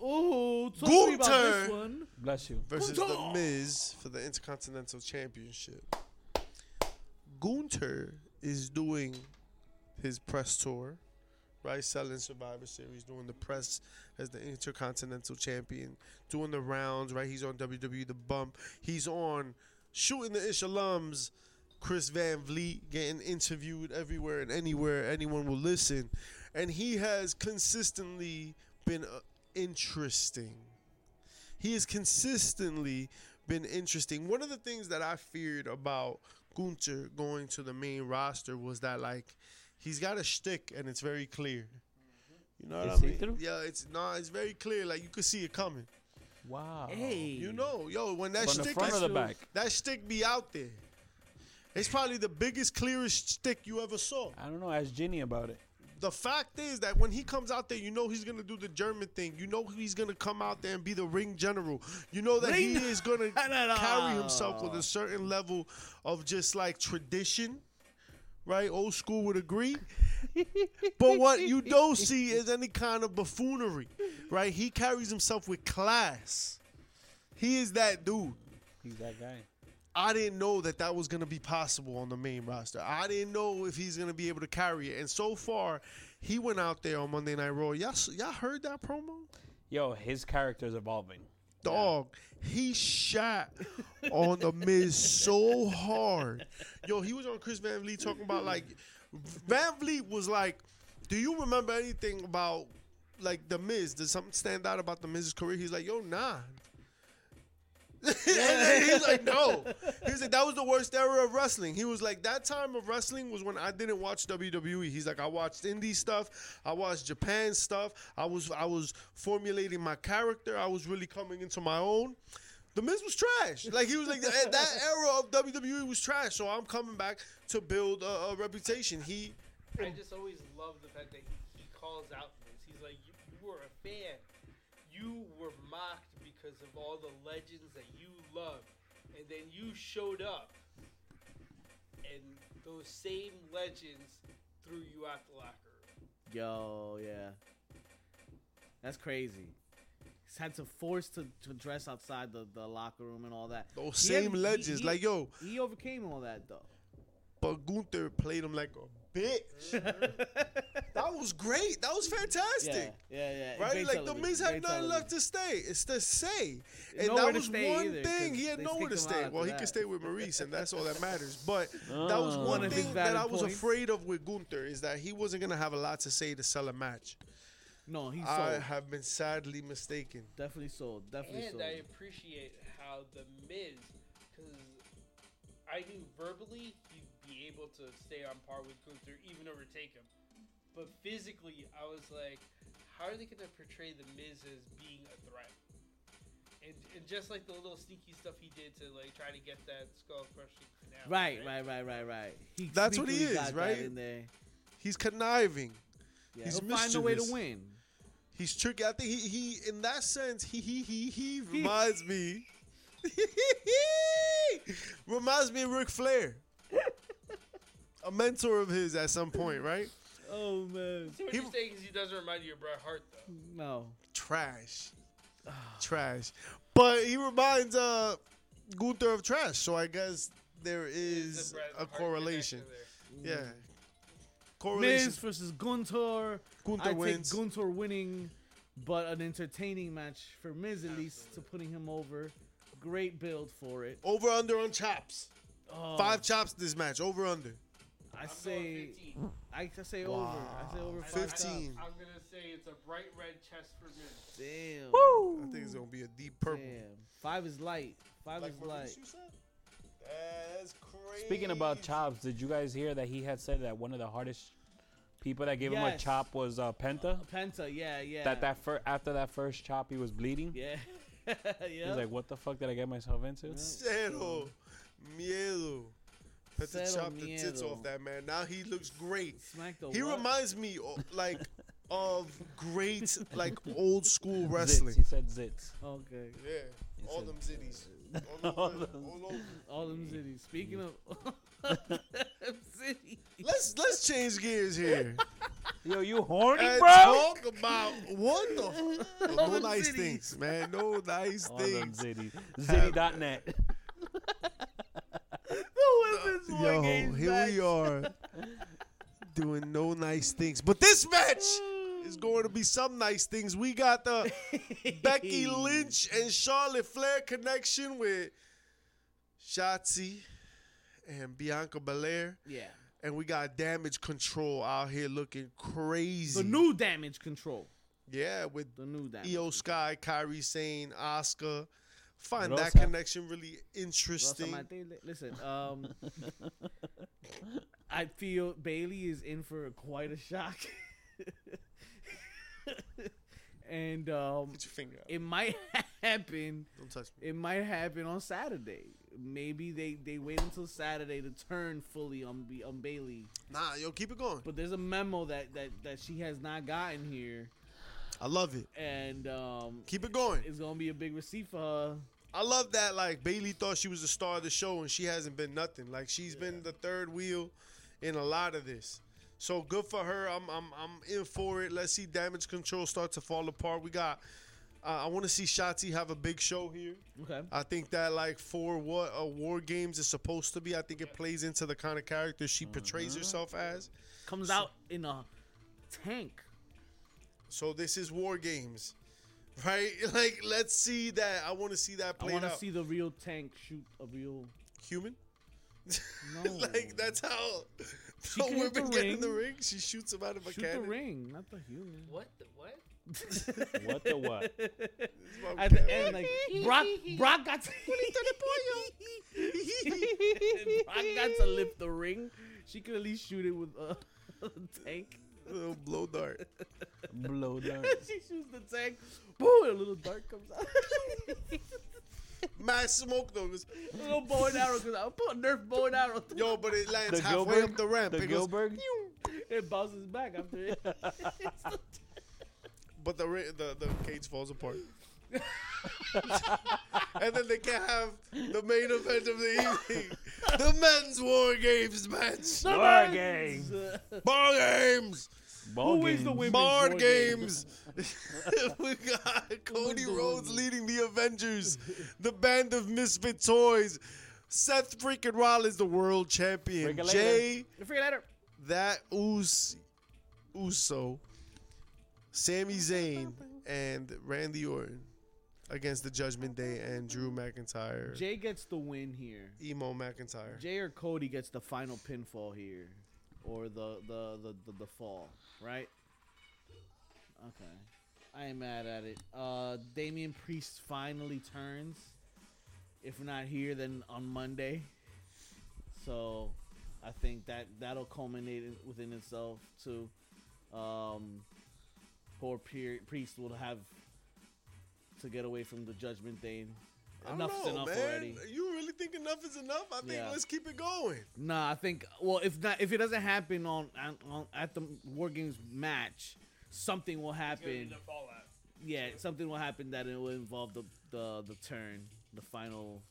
Speaker 1: Ooh, talk to me about this
Speaker 2: Gunther.
Speaker 1: one.
Speaker 3: Bless you.
Speaker 2: Versus
Speaker 1: Gunther.
Speaker 2: the Miz for the Intercontinental Championship. Gunter is doing his press tour, right? Selling Survivor Series, doing the press as the Intercontinental Champion, doing the rounds, right? He's on WWE The Bump. He's on shooting the ish alums. Chris Van Vliet getting interviewed everywhere and anywhere. Anyone will listen. And he has consistently been uh, interesting. He has consistently been interesting. One of the things that I feared about Gunter going to the main roster was that, like, he's got a shtick and it's very clear. You know what
Speaker 3: It's
Speaker 2: I mean?
Speaker 3: see-through?
Speaker 2: Yeah, it's not. It's very clear. Like you could see it coming.
Speaker 3: Wow.
Speaker 1: Hey,
Speaker 2: You know, yo, when that
Speaker 3: Mm. From the
Speaker 2: shtick
Speaker 3: front
Speaker 2: is
Speaker 3: or the back?
Speaker 2: that stick be out there. It's probably the biggest, clearest stick you ever saw.
Speaker 3: I don't know. Ask Ginny about it.
Speaker 2: The fact is that when he comes out there, you know he's gonna do the German thing. You know he's gonna come out there and be the ring general. You know that he
Speaker 1: Ring-
Speaker 2: is gonna
Speaker 1: General.
Speaker 2: carry himself with a certain level of just like tradition, right? Old school would agree. but what you don't see is any kind of buffoonery, right? He carries himself with class. He is that dude.
Speaker 3: He's that guy.
Speaker 2: I didn't know that that was going to be possible on the main roster. I didn't know if he's going to be able to carry it. And so far, he went out there on Monday Night Raw. Y'all, s- y'all heard that promo?
Speaker 3: Yo, his character's evolving.
Speaker 2: Dog, he shot on the Miz so hard. Yo, he was on Chris Van Vliet talking about like Van Vliet was like, "Do you remember anything about like the Miz? Does something stand out about the Miz's career?" He's like, "Yo, nah." and then he's like, "No." He was like, "That was the worst era of wrestling." He was like, "That time of wrestling was when I didn't watch WWE." He's like, "I watched indie stuff, I watched Japan stuff, I was I was formulating my character, I was really coming into my own." The Miz was trash. Like he was like that that era of WWE was trash. So I'm coming back to build a, a reputation. He
Speaker 4: I just always love the fact that he calls out this. He's like, you, you were a fan. You were mocked because of all the legends that you loved. And then you showed up. And those same legends threw you out the locker room.
Speaker 1: Yo, yeah. That's crazy. He's had to force to, to dress outside the, the locker room and all that.
Speaker 2: those
Speaker 1: He had-
Speaker 2: same
Speaker 1: he-
Speaker 2: legends.
Speaker 1: he-
Speaker 2: like yo,
Speaker 1: He overcame all that though.
Speaker 2: but Gunther played him like a bitch. that was great. That was
Speaker 1: yeah,
Speaker 2: fantastic.
Speaker 1: yeah, yeah.
Speaker 2: Right,
Speaker 1: Great
Speaker 2: like the
Speaker 1: television,
Speaker 2: Miz
Speaker 1: great
Speaker 2: had nothing
Speaker 1: television.
Speaker 2: left to stay. It's to say, and
Speaker 1: Nowhere
Speaker 2: that
Speaker 1: to
Speaker 2: was
Speaker 1: stay
Speaker 2: one
Speaker 1: either,
Speaker 2: thing
Speaker 1: 'cause
Speaker 2: he had
Speaker 1: they
Speaker 2: nowhere
Speaker 1: kicked
Speaker 2: to
Speaker 1: him out
Speaker 2: stay.
Speaker 1: after
Speaker 2: Well, he
Speaker 1: that. Oh.
Speaker 2: could stay with Maurice, and that's all that matters. But that was
Speaker 3: Ah.
Speaker 2: one
Speaker 1: One of his
Speaker 2: thing that
Speaker 1: valid
Speaker 2: I was
Speaker 1: points.
Speaker 2: afraid of with Gunther is that he wasn't gonna have a lot to say to sell a match.
Speaker 1: No, he sold.
Speaker 2: I have been sadly mistaken.
Speaker 1: definitely sold. Definitely
Speaker 4: And
Speaker 1: sold.
Speaker 4: I appreciate how The Miz, because I knew verbally he'd be able to stay on par with Gunther, even overtake him. But physically, I was like, how are they going to portray The Miz as being a threat? And, and just like the little sneaky stuff he did to like try to get that skull crushing finale.
Speaker 1: right, right, right, right, right. He
Speaker 2: That's what he
Speaker 1: sneakily
Speaker 2: is,
Speaker 1: got that
Speaker 2: right?
Speaker 1: In there.
Speaker 2: He's conniving.
Speaker 1: Yeah,
Speaker 2: He's
Speaker 1: he'll find a way
Speaker 2: mischievous.
Speaker 1: to win.
Speaker 2: He's tricky. I think he, he in that sense, he he he he reminds me. reminds me of Ric Flair. A mentor of his at some point, right?
Speaker 1: Oh man,
Speaker 4: So what
Speaker 2: He-
Speaker 4: you're saying is he doesn't remind you of Bret Hart though.
Speaker 1: no.
Speaker 2: Trash. Trash. But he reminds uh Gunther of trash, so I guess there
Speaker 4: The
Speaker 2: is
Speaker 4: Bret
Speaker 2: a
Speaker 4: Hart
Speaker 2: correlation.
Speaker 4: connection there.
Speaker 2: Yeah. Correlation.
Speaker 1: Miz versus Gunter.
Speaker 2: Gunther
Speaker 1: I
Speaker 2: wins.
Speaker 1: take Gunter winning, but an entertaining match for Miz at least to putting him over. Great build for it.
Speaker 2: Over under on chops.
Speaker 1: Oh,
Speaker 2: Five chops this match. Over under.
Speaker 1: I
Speaker 4: I'm
Speaker 1: say,
Speaker 4: going 15.
Speaker 1: I I say over. I say over.
Speaker 4: I- I-
Speaker 1: Five
Speaker 2: 15.
Speaker 4: I'm gonna say it's a bright red chest for Miz.
Speaker 1: Times. Damn.
Speaker 2: I think it's gonna be a deep purple.
Speaker 1: Damn. Five is light. Five is light.
Speaker 2: That's crazy.
Speaker 3: Speaking about chops, did you guys hear that he had said that one of the hardest people that gave him a
Speaker 1: Yes.
Speaker 3: chop was uh, Penta?
Speaker 1: Penta. Yeah, yeah.
Speaker 3: That that fir- after that first chop, he was bleeding.
Speaker 1: Yeah.
Speaker 3: He was
Speaker 1: yeah.
Speaker 3: like, "What the fuck did I get myself into?"
Speaker 2: Cero miedo. Had to
Speaker 1: Cero
Speaker 2: chop the tits
Speaker 1: miedo.
Speaker 2: off that man. Now he looks great.
Speaker 1: Smack the.
Speaker 2: He
Speaker 1: what?
Speaker 2: reminds me o- like of great like old school wrestling.
Speaker 3: Zits. He said zits.
Speaker 1: Okay.
Speaker 2: Yeah, all them zitties.
Speaker 3: All
Speaker 2: All over,
Speaker 3: them-
Speaker 2: all over.
Speaker 1: All them cities. Speaking of. cities.
Speaker 2: Let's let's change gears here
Speaker 3: Yo, you horny,
Speaker 2: and
Speaker 3: bro?
Speaker 2: talk about what the f- no
Speaker 1: them
Speaker 2: nice
Speaker 1: zitties.
Speaker 2: things, man. No nice
Speaker 3: All them
Speaker 2: things.
Speaker 3: zitties. Zitty.net.
Speaker 1: The women's war
Speaker 2: Yo,
Speaker 1: games
Speaker 2: here
Speaker 1: match.
Speaker 2: we are. doing no nice things. But this match is going to be some nice things. We got the Becky Lynch and Charlotte Flair connection with Shotzi and Bianca Belair.
Speaker 1: Yeah.
Speaker 2: And we got damage control out here looking crazy.
Speaker 1: The new damage control.
Speaker 2: yeah, with
Speaker 1: The new damage.
Speaker 2: Io Sky, Kyrie Sane, Oscar. Find
Speaker 3: Rosa.
Speaker 2: that connection really
Speaker 1: Rosa
Speaker 2: interesting.
Speaker 1: Matele- Listen, um, I feel Bailey is in for quite a shock, and um,
Speaker 2: Put your finger out.
Speaker 1: it might happen.
Speaker 2: Don't touch me.
Speaker 1: It might happen on Saturday. Maybe they they wait until Saturday to turn fully on B- on Bailey.
Speaker 2: Nah, yo, keep it going.
Speaker 1: But there's a memo that that that she has not gotten here,
Speaker 2: I love it.
Speaker 1: and um,
Speaker 2: Keep it going.
Speaker 1: it's gonna be a big receipt for her.
Speaker 2: I love that. Like Bailey thought she was the star of the show, and she hasn't been nothing. Like she's been the third wheel in a lot of this. So good for her. I'm I'm I'm in for it. Let's see damage control start to fall apart. We got. Uh, I want to see Shotzi have a big show here.
Speaker 1: Okay.
Speaker 2: I think that like for what a war games is supposed to be, I think it plays into the kind of character she portrays
Speaker 1: Mm-hmm.
Speaker 2: herself as.
Speaker 1: Comes out in a tank.
Speaker 2: So this is war games, right? Like let's see that. I want to see that
Speaker 1: I
Speaker 2: played
Speaker 1: want to
Speaker 2: out.
Speaker 1: see the real tank shoot a real.
Speaker 2: Human.
Speaker 1: No.
Speaker 2: like that's how
Speaker 1: She
Speaker 2: the
Speaker 1: can hit the
Speaker 2: women get in the
Speaker 1: ring.
Speaker 2: ring. She shoots him out of a
Speaker 1: Shoot
Speaker 2: cannon.
Speaker 1: the ring, not the human.
Speaker 4: What the what?
Speaker 3: What the what?
Speaker 2: That's why we
Speaker 1: At the
Speaker 2: can't-
Speaker 1: end, like Brock, Brock got to, Brock got to lift the ring. She could at least shoot it with a, a tank.
Speaker 2: Little blow dart.
Speaker 3: Blow down.
Speaker 1: she shoots the tank. Boom! A little dart comes out.
Speaker 2: Mad smoke though. goes,
Speaker 1: a little bow and arrow comes out. Put a Nerf bow and arrow. Through.
Speaker 2: Yo, but it lands
Speaker 3: The
Speaker 2: halfway
Speaker 3: Gilbert,
Speaker 2: up the ramp.
Speaker 3: the
Speaker 2: It goes,
Speaker 3: Gilbert,
Speaker 1: It bounces back after it. It's the-
Speaker 2: but the, ri- the the cage falls apart. and then they can have the main event of the evening, the men's war games match.
Speaker 3: War
Speaker 1: Numbers!
Speaker 2: Ball games,
Speaker 3: ball
Speaker 1: Who is the
Speaker 3: game.
Speaker 1: women's
Speaker 2: board
Speaker 1: war game?
Speaker 2: games. we got Cody Rhodes leading the Avengers, the band of misfit toys. Seth freaking Rollins, the world champion.
Speaker 3: Freaking
Speaker 2: Jay,
Speaker 1: Forget later.
Speaker 2: that Us, Uso, Sami Zayn, and Randy Orton against the Judgment Day and Drew McIntyre,
Speaker 1: Jay gets the win here.
Speaker 2: Emo McIntyre.
Speaker 1: Jay or Cody gets the final pinfall here, or the the the the, the fall, right? Okay, I ain't mad at it. Uh, Damian Priest finally turns. If not here, then on Monday. So, I think that that'll culminate in, within itself too. Um, poor Pier- Priest will have to get away from the Judgment Day.
Speaker 2: I don't
Speaker 1: Enough's
Speaker 2: know,
Speaker 1: enough
Speaker 2: man.
Speaker 1: already.
Speaker 2: You really think enough is enough? I think
Speaker 1: Yeah.
Speaker 2: let's keep it going.
Speaker 1: Nah, I think well if not if it doesn't happen on, on, on at the War Games match, something will
Speaker 4: It's gonna be
Speaker 1: happen.
Speaker 4: the fallout.
Speaker 1: Yeah, something will happen that it will involve the the, the turn, the final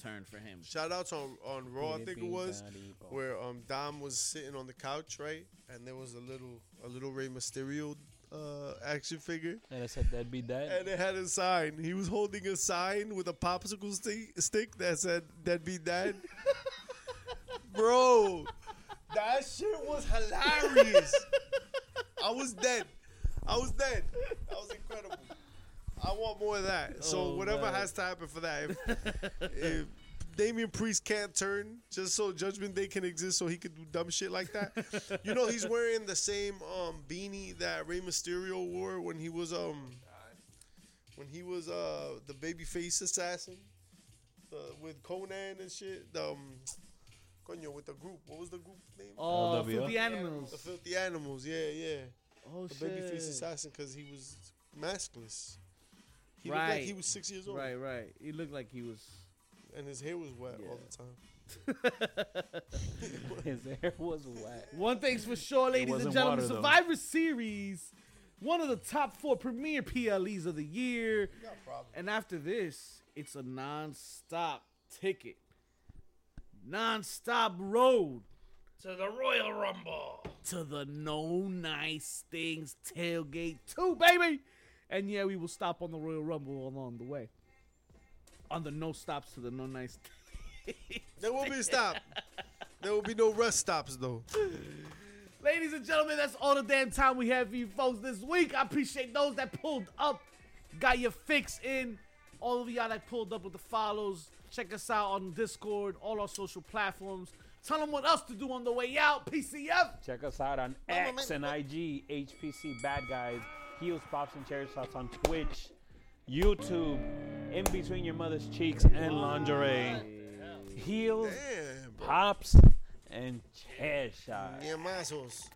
Speaker 1: turn for him.
Speaker 2: Shout outs on, on Raw, I think it was,
Speaker 3: Oh.
Speaker 2: where um Dom was sitting on the couch, right? And there was a little a little Rey Mysterio uh, action figure.
Speaker 3: And I said that'd be that.
Speaker 2: And it had a sign. He was holding a sign with a popsicle sti- stick that said "That'd be that." Bro, that shit was hilarious. I was dead. I was dead. That was incredible. I want more of that. So
Speaker 1: Oh,
Speaker 2: whatever
Speaker 1: man.
Speaker 2: has to happen for that. If, if Damian Priest can't turn, just so Judgment Day can exist, so he could do dumb shit like that. you know, he's wearing the same um, beanie that Rey Mysterio wore when he was um when he was uh the babyface assassin uh, with Conan and shit. The, um, coño with the group. What was the group name?
Speaker 1: Oh,
Speaker 3: LWO?
Speaker 1: filthy
Speaker 2: The
Speaker 1: animals.
Speaker 2: Filthy Animals. Yeah, yeah.
Speaker 1: Oh
Speaker 2: The
Speaker 1: shit.
Speaker 2: babyface assassin because he was maskless. He looked like
Speaker 1: Right.
Speaker 2: he was six years old,
Speaker 1: Right, right. He looked like he was.
Speaker 2: and his hair was wet all
Speaker 1: Yeah.
Speaker 2: the time.
Speaker 3: His hair was wet.
Speaker 1: One thing's for sure, ladies and
Speaker 3: wasn't
Speaker 1: gentlemen,
Speaker 3: water, though.
Speaker 1: Survivor Series, one of the top four premier PLEs of the year.
Speaker 2: Got a problem.
Speaker 1: And after this, it's a non-stop ticket. Non-stop road
Speaker 4: To the Royal Rumble.
Speaker 1: to the No Nice Things Tailgate 2, baby! And yeah, we will stop on the Royal Rumble along the way. On the no stops to the no nice
Speaker 2: There will be a stop. there will be no rest stops though.
Speaker 1: Ladies and gentlemen, that's all the damn time we have for you folks this week. I appreciate those that pulled up, got your fix in. All of y'all that pulled up with the follows. Check us out on Discord, all our social platforms. Tell them what else to do on the way out. PCF.
Speaker 3: Check us out on
Speaker 2: Mama,
Speaker 3: X and
Speaker 2: man, what-
Speaker 3: IG, HPC Bad Guys, Heels, Pops, and Chair Shots on Twitch, YouTube, In Between Your Mother's Cheeks, and Lingerie. Heels,
Speaker 2: Damn, bro.
Speaker 3: Pops, and Chair Shots.
Speaker 2: Yeah, my assholes.